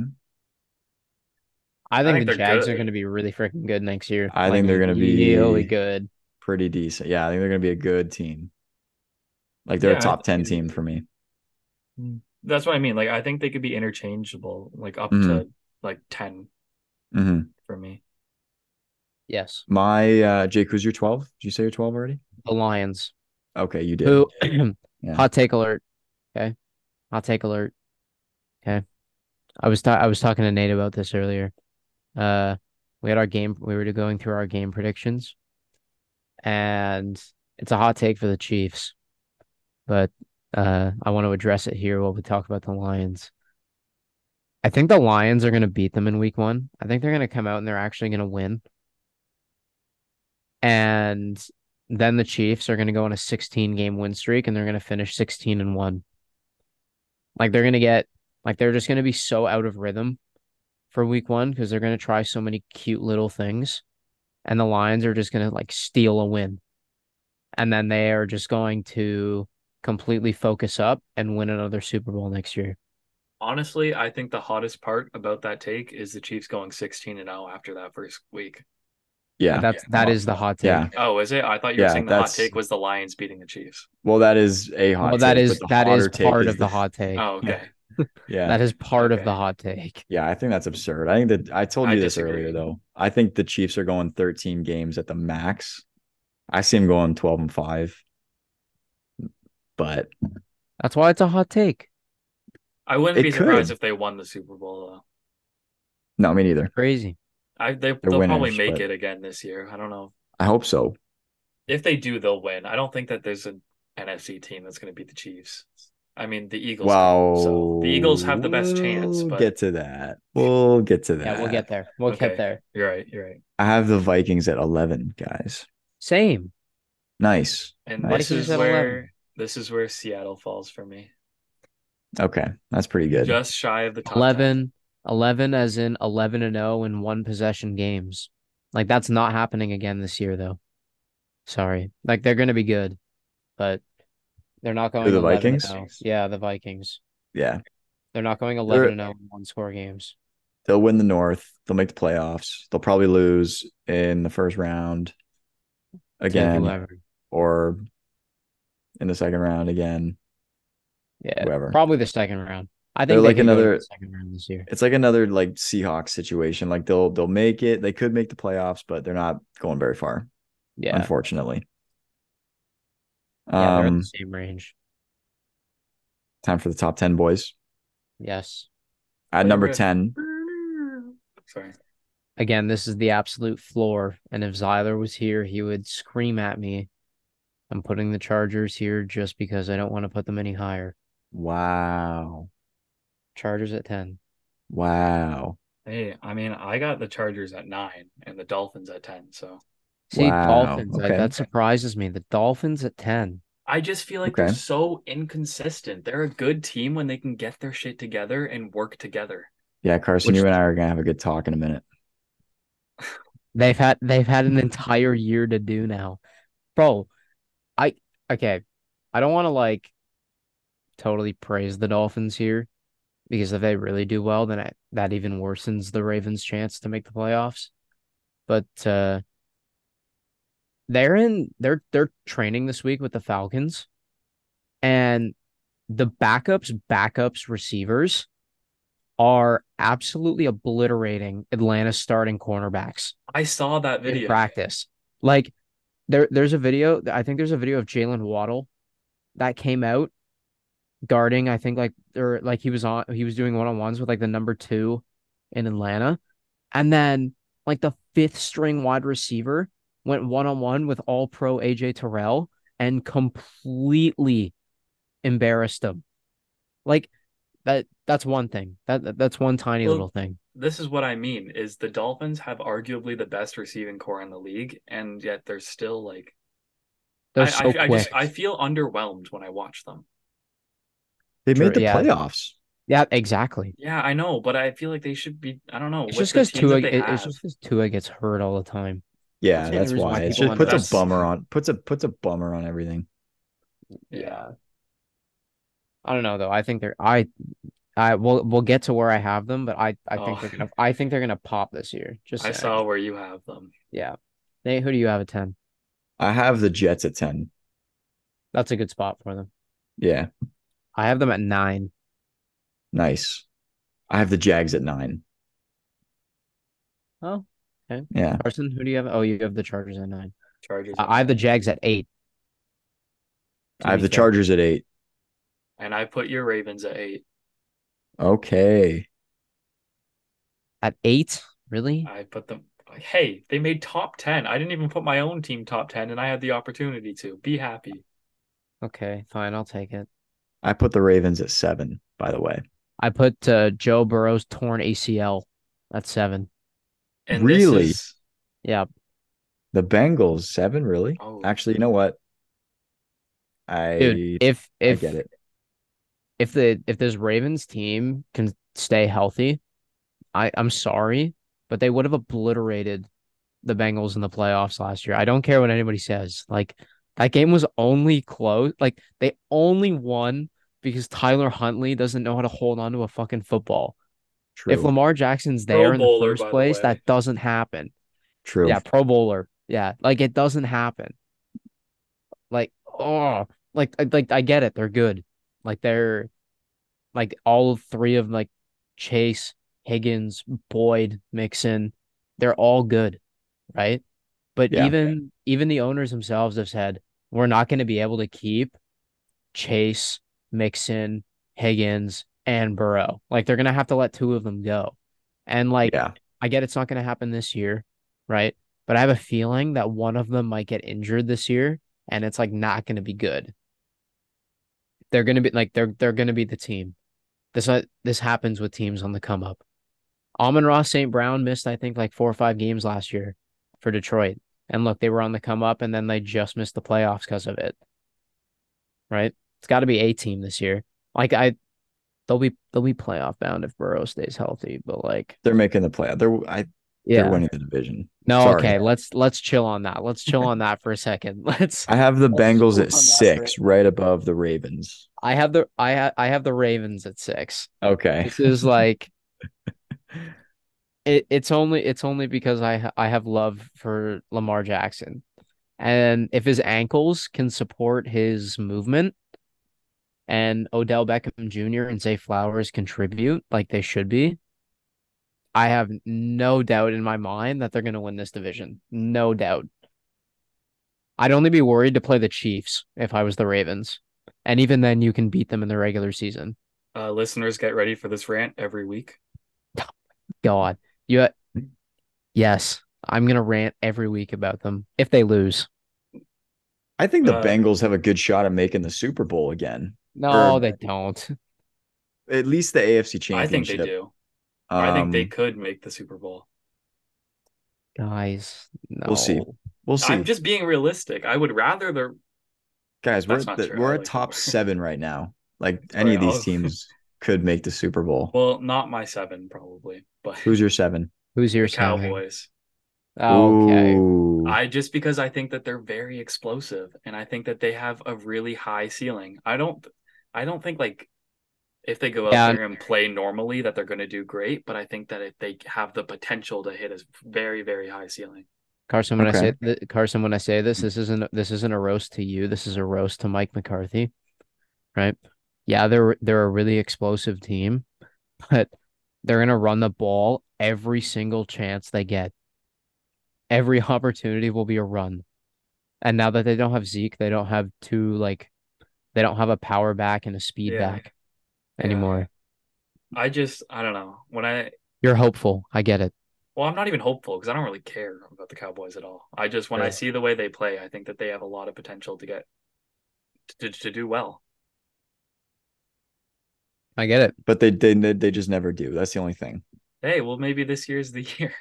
C: I think,
B: think
C: the
B: they're
C: Jags are
B: good.
C: going to be really freaking good next year.
A: I think they're gonna be-
C: really good.
A: Pretty decent. Yeah, I think they're gonna be a good team. Like they're
B: Yeah,
A: a
B: I
A: top ten
B: think-
A: team for me.
B: That's what I mean. Like I think they could be interchangeable, like up
A: Mm-hmm.
B: to like 10
A: hmm
B: for me.
C: Yes,
A: My uh Jake, who's your twelve? Did you say you're twelve already?
C: the Lions.
A: Okay, you did.
C: Who? *clears throat*
A: Yeah.
C: Hot take alert. Okay, hot take alert. Okay, I was ta- I was talking to Nate about this earlier. Uh, we had our game. We were going through our game predictions, and it's a hot take for the Chiefs, but uh, I want to address it here while we talk about the Lions. I think the Lions are going to beat them in Week One. I think they're going to come out and they're actually going to win, and then the Chiefs are going to go on a 16 game win streak and they're going to finish 16 and 1. Like they're going to get like they're just going to be so out of rhythm for week 1 because they're going to try so many cute little things and the Lions are just going to like steal a win. And then they are just going to completely focus up and win another Super Bowl next year.
B: Honestly, I think the hottest part about that take is the Chiefs going 16 and 0 after that first week.
A: Yeah.
C: That's
B: Yeah.
C: that is the hot take.
A: Yeah.
B: Oh, is it? I thought you
A: Yeah,
B: were saying the hot
A: that's-
B: take was the Lions beating the Chiefs.
A: Well, that is a hot.
C: Well, that
A: take, but
C: is
A: the
C: that is
A: hotter take
C: part of the hot take.
B: Oh, okay.
A: Yeah.
C: That is part of
B: Okay.
C: the hot take.
A: Yeah, I think that's absurd. I think that I told
B: I
A: you this earlier
B: disagree.
A: though. I think the Chiefs are going 13 games at the max. I see them going 12 and 5. But
C: That's why it's a hot take.
B: I wouldn't
A: It
B: be surprised
A: could.
B: if they won the Super Bowl though.
A: no, me neither.
C: Crazy.
B: I they, they'll probably
A: winners,
B: make
A: but-
B: it again this year. I don't know
A: I hope so.
B: if they do. They'll win. I don't think that there's an NFC team that's going to beat the Chiefs. I mean, the Eagles.
A: Wow.
B: do, so the Eagles have the best chance.
A: We'll
B: But
A: get to that. We'll get to that.
C: Yeah, we'll get there. We'll get
B: Okay.
C: there.
B: you're right. You're right.
A: I have the Vikings at 11, guys.
C: Same.
A: Nice.
B: And
A: Nice.
B: this is
C: Vikings at
B: where
C: 11.
B: this is where Seattle falls for me.
A: Okay, that's pretty good.
B: just shy of the top
C: 11, 11 as in 11 and 0 in one possession games. Like that's not happening again this year though. Sorry. Like they're going to be good, but they're not going
A: the
C: 11 and
A: Vikings?
C: 0. Yeah, the Vikings.
A: yeah,
C: They're not going 11 and 0 in one score games.
A: they'll win the North. They'll make the playoffs. They'll probably lose in the first round
C: to
A: again,
C: whoever.
A: or in the second round again.
C: Yeah.
A: Whoever.
C: Probably the second round. I
A: They're
C: think they
A: like
C: could go to
A: another-
C: the second round this year.
A: It's like another like Seahawks situation. Like they'll they'll make it. They could make the playoffs, but they're not going very far,
C: Yeah.
A: unfortunately.
C: yeah, they're in
A: Um,
C: the same range.
A: time for the top ten boys.
C: Yes.
A: At
B: Wait,
A: number
B: wait.
A: ten,
B: ten. Sorry.
C: Again, this is the absolute floor. And if Zyler was here, he would scream at me. I'm putting the Chargers here just because I don't want to put them any higher.
A: wow,
C: Chargers at 10.
A: wow,
B: Hey, I mean, I got the Chargers at nine and the Dolphins at ten. So
C: See,
A: Wow,
C: Dolphins. I-
A: okay.
C: that surprises me. The Dolphins at 10.
B: I just feel like
A: Okay.
B: they're so inconsistent. They're a good team when they can get their shit together and work together.
A: yeah, Carson,
C: Which-
A: you and I are gonna have a good talk in a minute.
C: They've had they've had an entire year to do now. Bro, I okay. I don't want to like totally praise the Dolphins here because if they really do well, then I, that even worsens the Ravens' chance to make the playoffs. But uh they're in they're they're training this week with the Falcons and the backups backups receivers are absolutely obliterating Atlanta's starting cornerbacks
B: I saw that
C: in
B: video.
C: practice. Like there there's a video, I think there's a video of Jalen Waddle that came out guarding, I think like or like he was on he was doing one on ones with like the number two in Atlanta. And then like the fifth string wide receiver went one on one with all pro AJ Terrell and completely embarrassed him. Like that that's one thing. That, that that's one tiny
B: Well,
C: little thing.
B: This is what I mean is the Dolphins have arguably the best receiving core in the league, and yet they're still like
C: They're
B: I,
C: so
B: I, I
C: quick.
B: just I feel underwhelmed when I watch them.
A: They
C: True,
A: made the
C: yeah.
A: playoffs.
C: yeah, exactly.
B: Yeah, I know, but I feel like they should be. I don't know.
C: It's
B: with
C: just
B: the team
C: because Tua,
B: that
C: it,
B: they
C: it's
B: have.
C: just because Tua gets hurt all the time.
A: Yeah,
C: That's the only
A: that's
C: reason why
A: why. It
C: people
A: just puts
B: underestimate-
A: a bummer on puts a puts a bummer on everything.
B: Yeah.
C: I don't know though. I think they're I, I we'll we'll get to where I have them, but I I
B: Oh.
C: think they're
B: *laughs*
C: gonna I think they're gonna pop this year. Just
B: I
C: saying.
B: saw where you have them.
C: Yeah. Nate, who do you have at ten?
A: I have the Jets at ten.
C: That's a good spot for them.
A: Yeah,
C: I have them at nine.
A: nice. I have the Jags at nine.
C: Oh,
A: Yeah,
C: Carson, who do you have? Oh, you have the Chargers at nine.
B: Chargers.
C: I I have the Jags at eight. To
A: I have
C: be
A: the
C: fair.
A: Chargers at eight.
B: and I put your Ravens at eight.
A: Okay,
C: at eight. Really?
B: I put them. Hey, they made top ten. I didn't even put my own team top ten, and I had the opportunity to. Be happy.
C: Okay, fine. I'll take it.
A: I put the Ravens at seven. By the way,
C: I put uh, Joe Burrow's torn ACL at seven.
B: And
A: Really?
B: This is,
C: Yeah,
A: the Bengals seven really.
B: oh,
A: Actually, you know what? I
C: dude. If
A: I
C: if
A: get it.
C: if the if this Ravens team can stay healthy, I I'm sorry, but they would have obliterated the Bengals in the playoffs last year. I don't care what anybody says. Like that game was only close. Like they only won because Tyler Huntley doesn't know how to hold on to a fucking football.
A: True.
C: If Lamar Jackson's
B: Pro
C: there in the
B: Bowler, by
C: first
B: the
C: place,
B: way.
C: that doesn't happen.
A: True.
C: Yeah, Pro Bowler. Yeah, like it doesn't happen. Like oh, like I- like I get it. They're good. Like they're like all three of like Chase, Higgins, Boyd, Mixon. They're all good, right? But
A: Yeah.
C: even even the owners themselves have said we're not going to be able to keep Chase, Mixon, Higgins, and Burrow. Like they're going to have to let two of them go. And like
A: yeah.
C: I get it's not going to happen this year, right? But I have a feeling that one of them might get injured this year, and it's like not going to be good. They're going to be like they're they're going to be the team. This uh, this happens with teams on the come up. Amon Ross St. Brown missed I think like four or five games last year for Detroit, and look they were on the come up, and then they just missed the playoffs because of it. Right? It's got to be a team this year. Like I, they'll be they'll be playoff bound if Burrow stays healthy. But like,
A: They're making the playoff. They're I they're
C: yeah,
A: winning the division.
C: no,
A: Sorry.
C: okay, let's let's chill on that. Let's chill on that for a second. *laughs* Let's.
A: I have the Bengals at
C: Let's-
A: six, right above the Ravens.
C: I have the I ha- I have the Ravens at six.
A: Okay.
C: This is like. It, it's only it's only because I ha- I have love for Lamar Jackson, and if his ankles can support his movement, and Odell Beckham Jr. and Zay Flowers contribute like they should be, I have no doubt in my mind that they're going to win this division. No doubt. I'd only be worried to play the Chiefs if I was the Ravens, and even then, you can beat them in the regular season.
B: Uh, listeners, get ready for this rant every week.
C: God, you. Yes, I'm gonna rant every week about them if they lose.
A: I think the
B: Uh,
A: Bengals have a good shot at making the Super Bowl again.
C: No,
A: Or-
C: they don't.
A: At least the AFC Championship. Um,
B: I think they do. I think they could make the Super Bowl.
C: Guys, no.
A: We'll see. We'll see,
B: I'm just being realistic. I would rather the
A: guys. We're
B: that's
A: at
B: not
A: the,
B: true. I
A: we're
B: like
A: at top
B: that.
A: seven right now. Like any of
B: Sorry,
A: these
B: I'll-
A: teams could make the Super Bowl.
B: Oh. well, not my seven probably, but
A: Who's your seven?
C: Who's your
B: the
C: seven?
B: Cowboys.
C: Okay.
A: Ooh.
B: I just because I think that they're very explosive and I think that they have a really high ceiling. I don't I don't think like if they go out
C: Yeah.
B: there and play normally that they're going to do great, but I think that if they have the potential to hit a very very high ceiling.
C: Carson, when I say
A: Okay.
C: th- Carson, when I say this, this isn't this isn't a roast to you. This is a roast to Mike McCarthy, right? Yeah, they're they're a really explosive team, *laughs* but they're gonna run the ball every single chance they get. Every *laughs* opportunity will be a run, and now that they don't have Zeke, they don't have two like, they don't have a power back and a speed
B: Yeah.
C: back
B: Yeah.
C: anymore.
B: I just I don't know. When I
C: You're hopeful. I get it.
B: well, I'm not even hopeful because I don't really care about the Cowboys at all. I just when I
C: Right.
B: see the way they play, I think that they have a lot of potential to get to, to do well.
C: I get it.
A: but they, they they just never do. That's the only thing.
B: Hey, well maybe this year's the *laughs* year.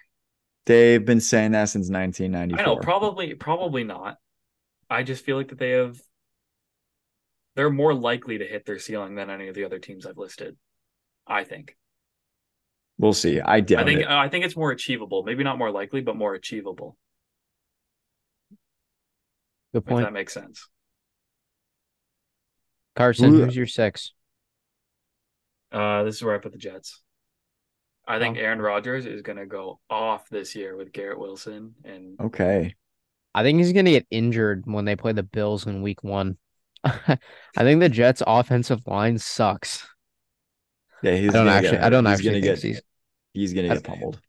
A: They've been saying that since
B: I
A: 1994.
B: know, probably, probably not. I just feel like that they have, they're more likely to hit their ceiling than any of the other teams I've listed. I think.
A: We'll see. I doubt
B: I think. uh,
A: it.
B: I think it's more achievable. Maybe not more likely, but more achievable.
C: Good
B: If
C: point,
B: that makes sense.
C: Carson.
A: Who-
C: Who's your six?
B: Uh, this is where I put the Jets. I think
C: Oh.
B: Aaron Rodgers is going to go off this year with Garrett Wilson, and
A: Okay.
C: I think he's gonna get injured when they play the Bills in week one. *laughs* I think the Jets offensive line sucks.
A: Yeah, he's
C: I don't
A: gonna get
C: actually I
A: hurt.
C: don't
A: He's
C: actually
A: gonna get
C: think he's
A: he's gonna
C: I-
A: get pummeled.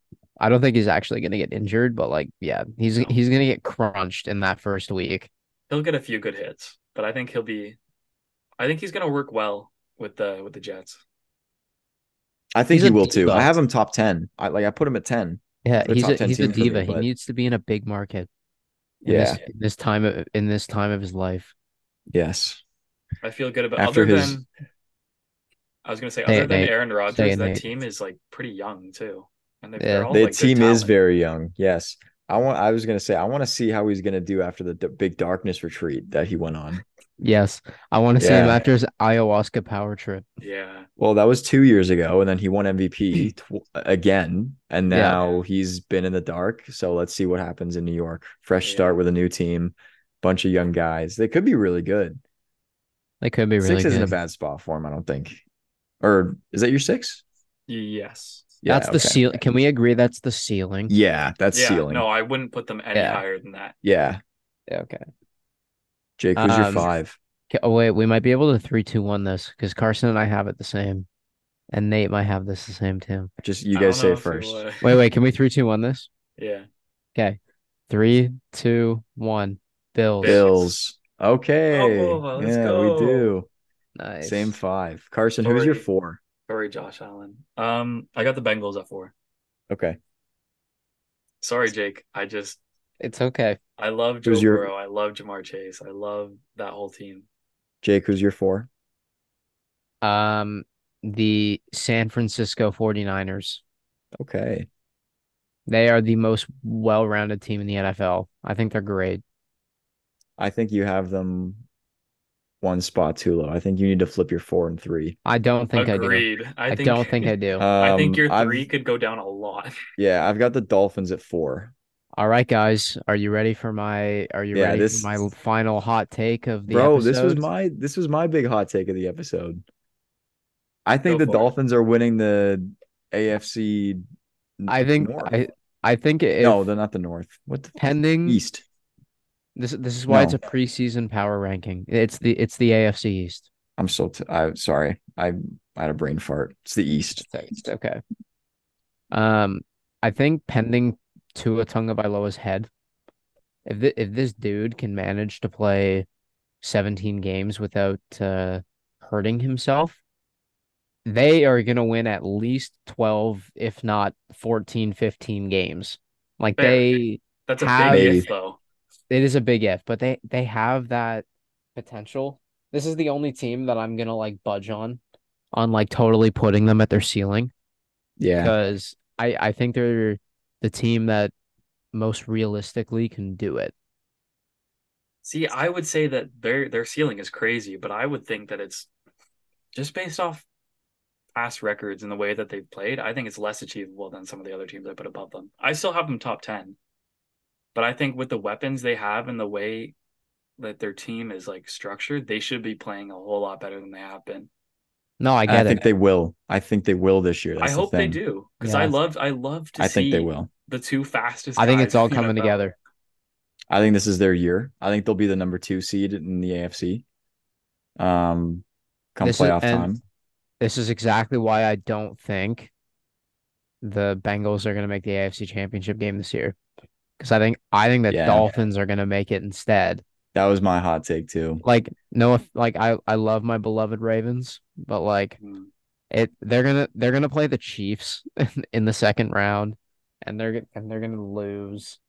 C: I don't think he's actually gonna get injured, but like yeah, he's
B: No.
C: he's gonna get crunched in that first week.
B: he'll get a few good hits. But I think he'll be, I think he's going to work well with the with the Jets.
A: I think he
C: He's a
A: will too.
C: diva.
A: I have him top ten. I like I put him at ten.
C: Yeah,
A: The
C: he's
A: top
C: a
A: 10
C: he's a
A: team for me,
C: diva. he
A: but-
C: needs to be in a big market. in this- in this time of in this time of his life.
A: Yes.
B: I feel good about
A: After
B: other
A: his-
B: than I was gonna say
C: Say
B: other
C: it,
B: than
C: Nate.
B: Aaron
C: Say
B: Rodgers,
C: it,
B: that
C: Nate.
B: team is like pretty young too, and they-
C: Yeah.
B: they're all
A: the
B: like, Oh good
A: team is
B: talent.
A: very young. Yes. I want I was gonna say I want to see how he's gonna do after the d- big darkness retreat that he went on.
C: Yes. I want to see him
A: Yeah.
C: after his ayahuasca power trip.
B: yeah.
A: Well, that was two years ago, and then he won
B: *clears throat*
A: MVP tw- again, and
C: Yeah.
A: now he's been in the dark. So let's see what happens in New York. Fresh
B: Yeah.
A: start with a new team, bunch of young guys. They could be really good.
C: That could be
A: 6
C: really
A: isn't a
C: good.
A: bad spot for him, I don't think. Or is that your six?
B: Yes.
A: Yeah,
C: that's the
A: okay.
C: ceiling. Can we agree that's the ceiling?
A: Yeah, that's
B: yeah.
A: ceiling.
B: No, I wouldn't put them any
C: Yeah.
B: higher than that.
A: Yeah,
C: Yeah, okay.
A: Jake, who's your
C: Um,
A: five?
C: Okay, Oh wait, we might be able to three, two, one this because Carson and I have it the same, and Nate might have this the same too.
A: Just you
B: I don't
A: guys say
B: know
A: it
B: if you
A: first.
B: would.
C: Wait, wait, can we three, two, one this?
B: yeah.
C: Okay, three, two, one. Bills.
A: Bills. Okay.
B: Oh, let's
A: yeah,
B: go.
A: we do.
C: Nice.
A: Same five. Carson, who's your
B: Alright.
A: four?
B: Sorry, Josh Allen. Um, I got the Bengals at four.
A: Okay.
B: Sorry, Jake. I just
C: It's okay.
B: I love Joe
A: Who's your-
B: Burrow. I love Jamar Chase. I love that whole team.
A: Jake, who's your four?
C: Um, the San Francisco 49ers.
A: Okay.
C: They are the most well-rounded team in the NFL. I think they're great.
A: I think you have them one spot too low. I think you need to flip your four and three.
C: I don't think I do.
B: Agreed. I,
C: I,
B: think,
C: don't think
A: *laughs*
B: *laughs*
C: I do.
B: I
A: Um,
B: think your
A: I've-
B: 3 could go down a lot. *laughs*
A: Yeah, I've got the Dolphins at four.
C: All right, guys, are you ready for my? Are you
A: Yeah,
C: ready
A: this-
C: for my final hot take of the
A: Bro, this was
C: episode?
A: my this was my big hot take of the episode. I think
B: Go
A: the
B: for it.
A: Dolphins are winning the AFC.
C: I think
A: North.
C: I I think if
A: no, they're not the North. What the
C: pending
A: East?
C: this this is why it's
A: No.
C: a preseason power ranking. It's the it's the AFC East.
A: I'm so t- I sorry. I I had a brain fart. It's the East.
C: It's, it's okay. Um, I think pending Tua Tunga Bailoa's head, if thi- if this dude can manage to play seventeen games without uh, hurting himself, they are gonna win at least twelve, if not 14, 15 games. Like
B: Fair.
C: they.
B: That's a
C: How-
B: big
A: Maybe.
B: if, though.
C: it is a big if, but they they have that potential. This is the only team that I'm gonna like budge on, on like totally putting them at their ceiling
A: Yeah.
C: because I I think they're the team that most realistically can do it.
B: See, I would say that their their ceiling is crazy, but I would think that it's just based off past records and the way that they've played. I think it's less achievable than some of the other teams I put above them. I still have them top ten, but I think with the weapons they have and the way that their team is like structured, they should be playing a whole lot better than they have been.
C: No, I
A: And I,
C: get
A: think
C: it.
A: they will. I think they will this year. That's
B: I
A: the
B: hope they
A: thing.
B: do because
C: Yeah.
B: I love I love to
A: I
B: see
A: think they will.
B: the two fastest.
C: I think
B: guys
C: it's all
B: in the
C: coming
B: NFL.
C: together.
A: I think this is their year. I think they'll be the number two seed in the AFC. Um, come
C: This is-
A: playoff
C: and-
A: time.
C: This is exactly why I don't think the Bengals are gonna make the AFC Championship game this year. Because I think I think the
A: Yeah.
C: Dolphins are gonna make it instead.
A: That was my hot take too.
C: Like no, if like I I love my beloved Ravens, but like
B: Mm.
C: It they're gonna they're gonna play the Chiefs *laughs* in the second round, and they're go- and they're gonna lose.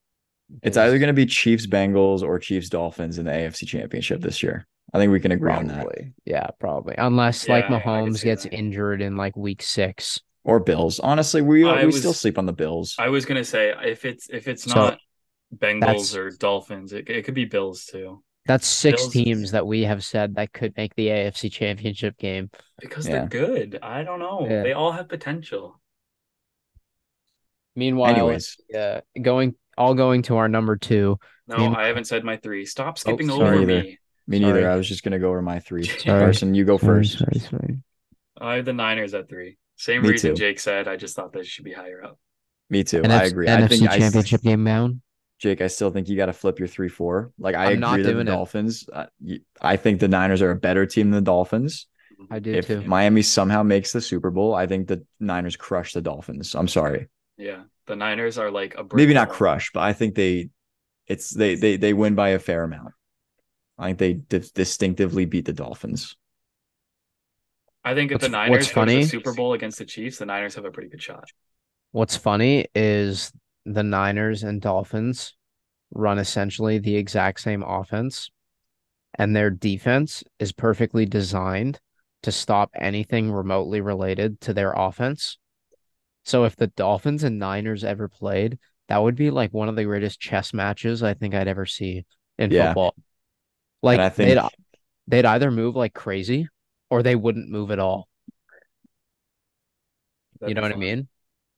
A: It's either going to be Chiefs Bengals or Chiefs Dolphins in the AFC Championship this year. I think we can agree on that.
C: probably yeah probably unless like
B: Yeah, I- I could
C: Mahomes
B: see
C: gets
B: that.
C: injured in like week six.
A: Or Bills. Honestly, we
B: I
A: we
B: was-
A: still sleep on the Bills.
B: I was gonna say if it's if it's
C: So,
B: not Bengals
C: that's-
B: or Dolphins, it, it could be Bills too
C: That's six
B: Bills-
C: teams that we have said that could make the AFC Championship game.
B: because
A: Yeah.
B: they're good. I don't know.
C: Yeah.
B: They all have potential.
C: Meanwhile,
A: Anyways,
C: yeah, going all going to our number two.
B: No,
C: Meanwhile-
B: I haven't said my three. Stop skipping
C: Oh, sorry
B: over
A: either.
B: me.
A: me
C: Sorry.
A: neither. I was just going to go over my
B: *laughs*
A: three.
B: Sorry.
A: Carson, you go first.
C: Sorry, sorry.
B: I have the Niners at three. Same
A: Me
B: reason
A: too.
B: Jake said. I just thought they should be higher up.
A: Me too.
C: NF-
A: I agree. I
C: NFC
A: think I s-
C: Championship game mound.
A: Jake, I still think you got to flip your three four. Like I
C: I'm
A: agree
C: not
A: that the
C: doing it.
A: Dolphins. uh, y- I think the Niners are a better team than the Dolphins.
C: I do
A: If
C: too.
A: Miami somehow makes the Super Bowl, I think the Niners crush the Dolphins. I'm sorry,
B: Yeah, the Niners are like a brick
A: maybe not
B: wall.
A: crush, but I think they, it's they they they win by a fair amount. I think they dis- distinctively beat the Dolphins.
B: I think if the
C: What's-
B: Niners
C: what's
B: go to
C: funny-
B: the Super Bowl against the Chiefs, the Niners have a pretty good shot.
C: What's funny is the Niners and Dolphins run essentially the exact same offense, and their defense is perfectly designed to stop anything remotely related to their offense. So if the Dolphins and Niners ever played, that would be like one of the greatest chess matches I think I'd ever see in
A: Yeah.
C: football. Like
A: and I think
C: they'd they'd either move like crazy or they wouldn't move at all
B: That'd be
C: you know what I
B: fun.
C: mean?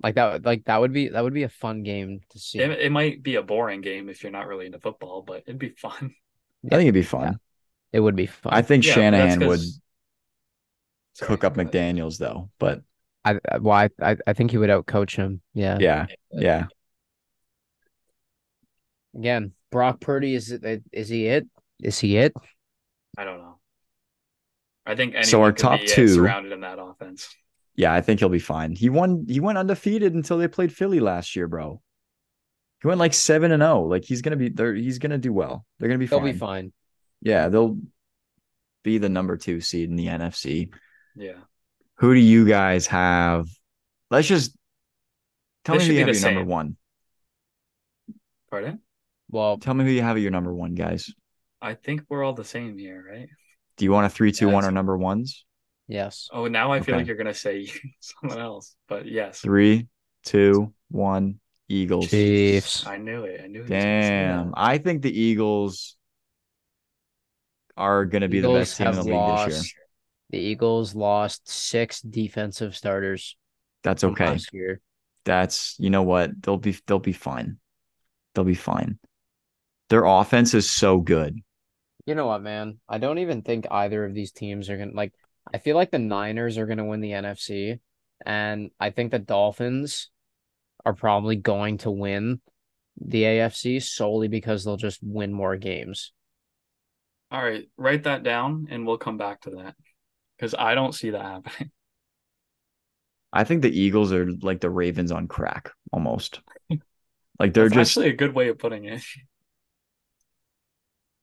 C: Like that, like that would be that would be a fun game to see.
B: It, it might be a boring game if you're not really into football, but it'd be fun. *laughs*
A: I think it'd be fun.
C: It would be fun.
A: I think
B: Yeah, but that's
A: Shanahan would
B: 'cause- Sorry,
A: cook up
B: go ahead.
A: McDaniel's though, but
C: I, I why I, I think he would outcoach him. Yeah.
A: yeah, yeah.
C: Again, Brock Purdy is it? Is he it? Is he it?
B: I don't know. I think anyone
A: So our
B: could
A: top
B: be uh,
A: two-
B: surrounded in that offense.
A: Yeah, I think he'll be fine. He won. He went undefeated until they played Philly last year, bro. He went like seven and zero. Like he's gonna be there. He's gonna do well. They're gonna be
C: He'll
A: fine.
C: be fine.
A: Yeah, they'll be the number two seed in the NFC.
B: Yeah.
A: Who do you guys have? Let's just tell
B: This
A: me who
B: should
A: you
B: be
A: have your
B: the same.
A: number one.
B: Pardon?
C: Well,
A: Tell me who you have at your number one, guys.
B: I think we're all the same here, right?
A: Do you want a three, two,
C: Yeah,
A: one,
C: that's-
A: or number ones?
C: yes.
B: Oh, now I feel
A: Okay.
B: like you're gonna say *laughs* someone else, but yes,
A: Three, two, one. Eagles.
C: Chiefs.
B: I knew it. I knew. he was gonna say that.
A: Damn. I think the Eagles are going to be the best team in the league this year.
C: The Eagles lost six defensive starters
A: That's
C: from
A: okay.
C: last year.
A: That's you know what they'll be they'll be fine. They'll be fine. Their offense is so good.
C: You know what, man? I don't even think either of these teams are gonna like. I feel like the Niners are gonna win the NFC, and I think the Dolphins are probably going to win the AFC solely because they'll just win more games.
B: All right, write that down and we'll come back to that because I don't see that happening.
A: I think the Eagles are like the Ravens on crack almost. Like they're
B: That's
A: just
B: actually a good way of putting it.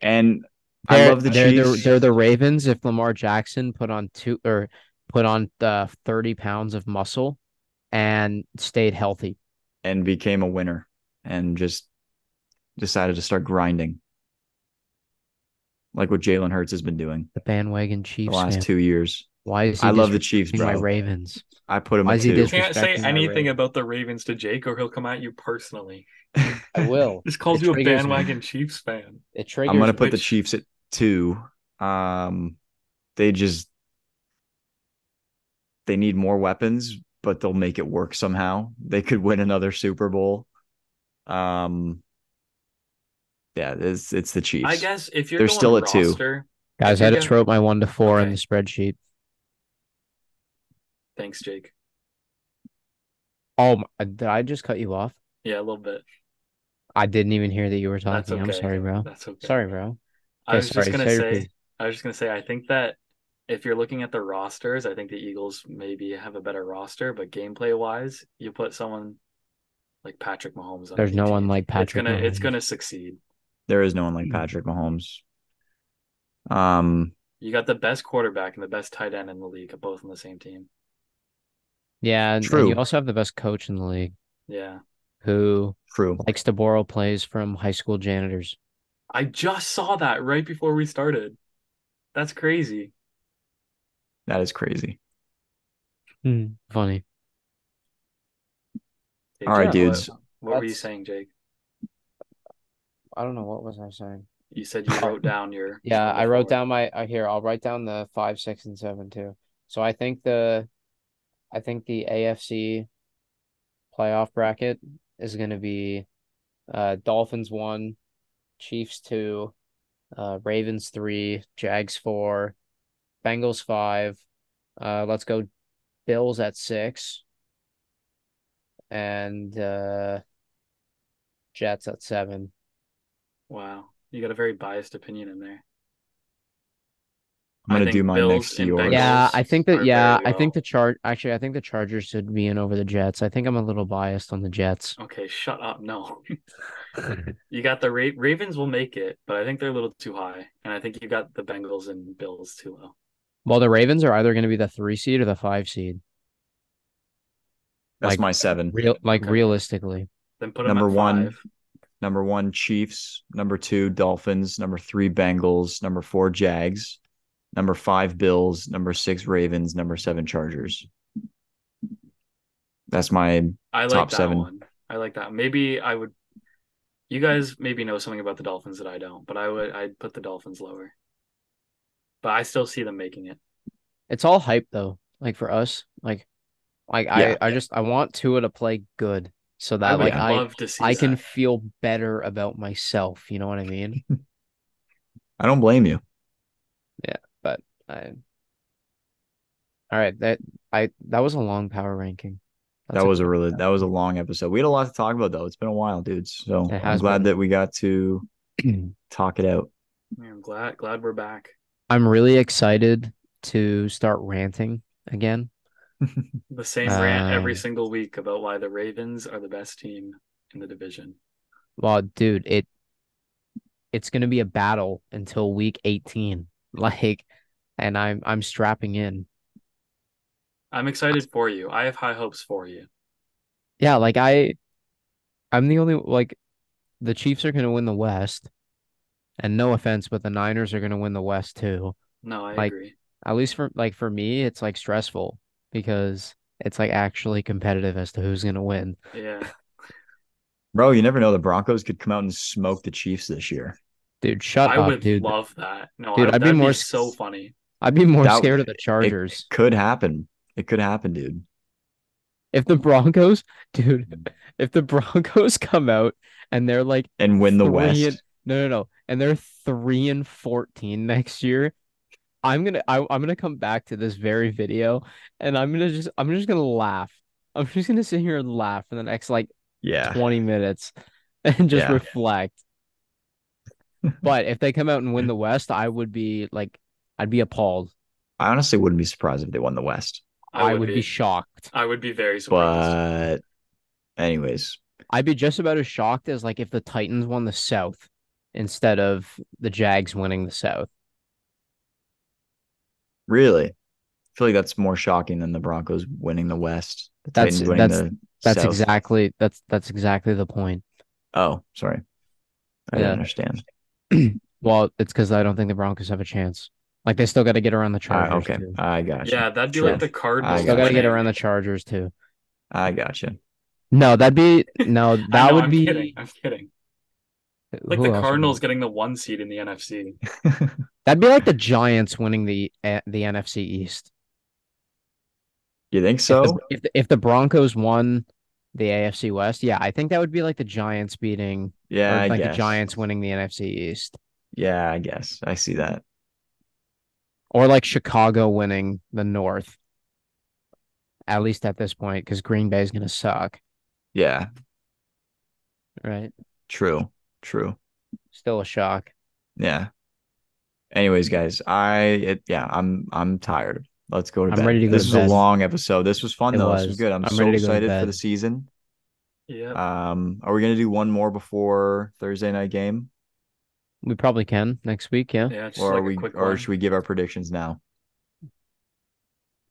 A: and I They're- love the
C: they're,
A: Chiefs.
C: They're, the Ravens if Lamar Jackson put on two or put on uh, thirty pounds of muscle and stayed healthy.
A: and became a winner and just decided to start grinding. Like what Jalen Hurts has been doing
C: The bandwagon
A: the
C: Chiefs.
A: last
C: fan.
A: two years.
C: Why is he
A: I love the
C: disrespecting
A: Chiefs,
C: my
A: bro.
C: Ravens?
A: I put him
C: Why
A: at
C: is he
A: two. *laughs*
B: You can't say
C: Disrespecting my
B: anything
C: Ravens.
B: about the Ravens to Jake or he'll come at you personally.
C: I will.
B: This calls
C: It
B: you a
C: triggers me.
B: bandwagon Chiefs fan.
C: It triggers.
A: I'm gonna put the
B: which-
A: Chiefs at two. Um, they just they need more weapons, but they'll make it work somehow. They could win another Super Bowl. Um, yeah, it's it's the Chiefs.
B: I guess if you're
A: They're
B: going
A: still at two.
B: roster,
C: Guys, I just
B: Yeah.
C: wrote my one to four in
B: Okay.
C: the spreadsheet.
B: Thanks, Jake.
C: Oh, my, did I just cut you off?
B: Yeah, a little bit.
C: I didn't even hear that you were
B: That's
C: talking. I'm
B: okay.
C: sorry, bro.
B: That's okay.
C: Sorry, bro.
B: I
C: Okay,
B: was
C: sorry,
B: just gonna
C: say
B: say.
C: your piece.
B: I was just gonna say. I think that if you're looking at the rosters, I think the Eagles maybe have a better roster, but gameplay wise, you put someone like Patrick Mahomes. On
C: There's no
B: DT.
C: one like
B: It's
C: Patrick.
B: gonna. It's
C: Mahomes.
B: gonna succeed.
A: there is no one
B: Hmm.
A: like Patrick Mahomes. Um,
B: You got the best quarterback and the best tight end in the league, both on the same team.
C: Yeah, and, and
A: True.
C: you also have the best coach in the league,
B: Yeah.
C: who
A: true.
C: likes to borrow plays from high school janitors.
B: I just saw that right before we started. That's crazy.
A: That is crazy.
C: Hmm, Funny.
B: Jake,
A: All right,
B: what-
A: dudes.
B: What, were you
C: That's-
B: saying, Jake?
C: I don't know what was I saying.
B: You said
C: *laughs*
B: you wrote down your.
C: Yeah, I
B: number
C: wrote
B: four.
C: down my uh, here. I'll write down the five, six, and seven too. So I think the, I think the AFC playoff bracket is going to be, uh, Dolphins one, Chiefs two, uh, Ravens three, Jags four, Bengals five, uh, let's go, Bills at six, and uh, Jets at seven.
B: Wow, you got a very biased opinion in there.
A: I'm
B: I
A: gonna
B: think
A: do mine
B: Bills
A: next to
B: and
A: yours.
B: Bengals.
C: Yeah, I think
B: are
C: that.
B: very
C: Yeah, I think
B: well.
C: the chart. Actually, I think the Chargers should be in over the Jets. I think I'm a little biased on the Jets.
B: Okay, shut up. No, *laughs* you got the Ra- Ravens will make it, but I think they're a little too high, and I think you got the Bengals and Bills too low.
C: Well, the Ravens are either going to be the three seed or the five seed.
A: That's
C: like,
A: my seven.
C: Real, like
B: Okay.
C: realistically,
B: Then put them
A: Number
B: at
A: one.
B: five.
A: Number one, Chiefs. Number two, Dolphins. Number three, Bengals. Number four, Jags. Number five, Bills. Number six, Ravens. Number seven, Chargers. That's my.
B: I like
A: Top
B: that
A: seven.
B: one. I like that. Maybe I would. You guys maybe know something about the Dolphins that I don't, but I would. I'd put the Dolphins lower. But I still see them making it.
C: it's all hype though. Like for us, like, like
A: Yeah.
C: I, I just I want Tua to play good so that
B: I would
C: like I
B: love to see.
C: I can
B: that.
C: feel better about myself. You know what I
B: *laughs*
C: mean?
A: I don't blame you.
C: I... All right, that I that was a long power ranking. That's
A: that
C: a-
A: was a really that was a long episode. We had a lot to talk about though. It's been a while, dudes. So
C: It
A: I'm
C: has
A: glad
C: been.
A: that we got to
C: *clears throat*
A: talk it out.
B: Yeah, I'm glad. Glad we're back.
C: I'm really excited to start ranting again.
B: The same rant every
C: Um,
B: single week about why the Ravens are the best team in the division.
C: Well, dude, it it's gonna be a battle until week 18. *laughs* Like, and I'm I'm strapping in.
B: I'm excited for you. I have high hopes for you.
C: Yeah, like I I'm the only like the Chiefs are gonna win the West. And no offense, but the Niners are gonna win the West too.
B: No, I
C: Like-
B: agree.
C: At least for like for me, it's like stressful because it's like actually competitive as to who's gonna win.
B: Yeah.
A: Bro, you never know. The Broncos could come out and smoke the Chiefs this year.
C: Dude, shut
B: I
C: up,
B: would
C: dude.
B: love that. No,
C: Dude,
B: I,
C: I'd be
B: that'd be
C: more s-
B: so funny.
C: I'd be more
A: That-
C: scared of the Chargers.
A: Could happen. It could happen, dude.
C: If the Broncos, *laughs* dude, if the Broncos *laughs* come out and they're like
A: And win the
C: three
A: West.
C: and- no, no, no, and they're three and fourteen next year, I'm gonna, I, I'm gonna come back to this very video, and I'm gonna just, I'm just gonna laugh. I'm just gonna sit here and laugh for the next like
A: yeah.
C: 20 minutes *laughs* and just
A: Yeah.
C: *laughs* reflect. but if they come out and win the West, I would be like, I'd be appalled.
A: I honestly wouldn't be surprised if they won the West.
C: I, would be. shocked.
B: I would be very surprised.
A: But, anyways,
C: I'd be just about as shocked as like if the Titans won the South instead of the Jags winning the South.
A: really, I feel like that's more shocking than the Broncos winning the West. The
C: That's-
A: Titans winning
C: that's-
A: the
C: That's
A: South.
C: exactly that's that's exactly the point.
A: Oh, sorry. I
C: Yeah.
A: didn't understand.
C: Well, it's because I don't think the Broncos have a chance. Like they still got to get around the
A: Ah,
C: Chargers.
A: okay.
C: too.
A: I got you.
B: yeah, that'd be
A: Sure.
B: like the Cardinals.
A: I
C: Still got to
A: gotcha.
C: get around the Chargers too.
A: I got you.
C: No, that'd be no. That
B: *laughs* I know,
C: would
B: I'm
C: be
B: Kidding. I'm
C: *laughs*
B: kidding. Like the
C: who else would it be?
B: Cardinals getting the one seed in the
C: *laughs*
B: NFC.
C: That'd be like the Giants winning the eh, the NFC East.
A: *laughs* You think
C: If the-
A: so?
C: if the, if the Broncos won the AFC West, yeah, I think that would be like the Giants beating or
A: Yeah, I
C: like
A: guess.
C: the Giants winning the NFC East
A: Yeah, I guess. I see that.
C: or like Chicago winning the North. At least at this point cuz Green Bay's going to suck,
A: Yeah,
C: right?
A: true. True.
C: Still a shock.
A: Yeah. Anyways, guys, I it yeah, I'm I'm tired. Let's go to
C: I'm
A: bed.
C: ready to go
A: this
C: to
A: was a
C: bed.
A: long episode. This was fun
C: It
A: though. This was
C: was.
A: good. I'm,
C: I'm
A: so
C: ready to go to
A: excited for
C: bed.
A: the season.
B: Yeah.
C: Uh,
A: Um, are we gonna do one more before Thursday night game,
C: We probably can next week, yeah.
B: yeah. Just
A: or
B: like
A: are
B: a
A: we
B: quick
A: or
B: one.
A: should we give our predictions now?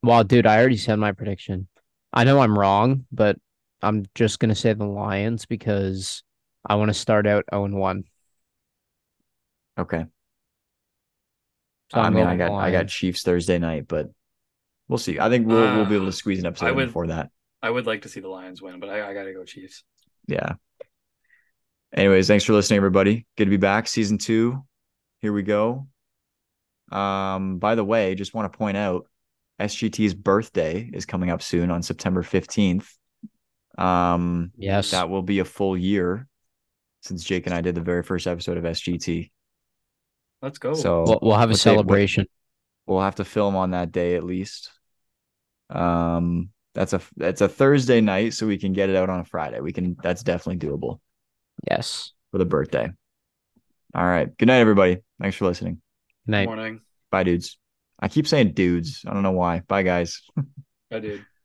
C: Well, dude, I already said my prediction. I know I'm wrong, but I'm just going to say the Lions because I want to start out 0 1.
A: Okay.
C: So
A: I
C: I'm
A: mean,
C: going
A: I got I got
C: Lions.
A: Chiefs Thursday night, but we'll see. I think we'll we'll be able
B: Uh,
A: to squeeze an episode
B: I
A: in
B: would-
A: before that.
B: I would like to see the Lions win, but I, I gotta go Chiefs.
A: Yeah. Anyways, thanks for listening, everybody. Good to be back. Season two. Here we go. Um, by the way, just want to point out SGT's birthday is coming up soon on September 15th. Um,
C: Yes.
A: that will be a full year since Jake and I did the very first episode of SGT.
B: Let's go.
A: So
C: We'll, we'll have a
A: What day- what-
C: celebration.
A: we'll have to film on that day at least. Um, that's a that's a Thursday night, so we can get it out on a Friday. We can that's definitely doable.
C: Yes.
A: for the birthday. All right. Good night, everybody. Thanks for listening.
C: Good night.
B: morning.
A: Bye, dudes. I keep saying dudes. I don't know why. Bye, guys.
B: I did.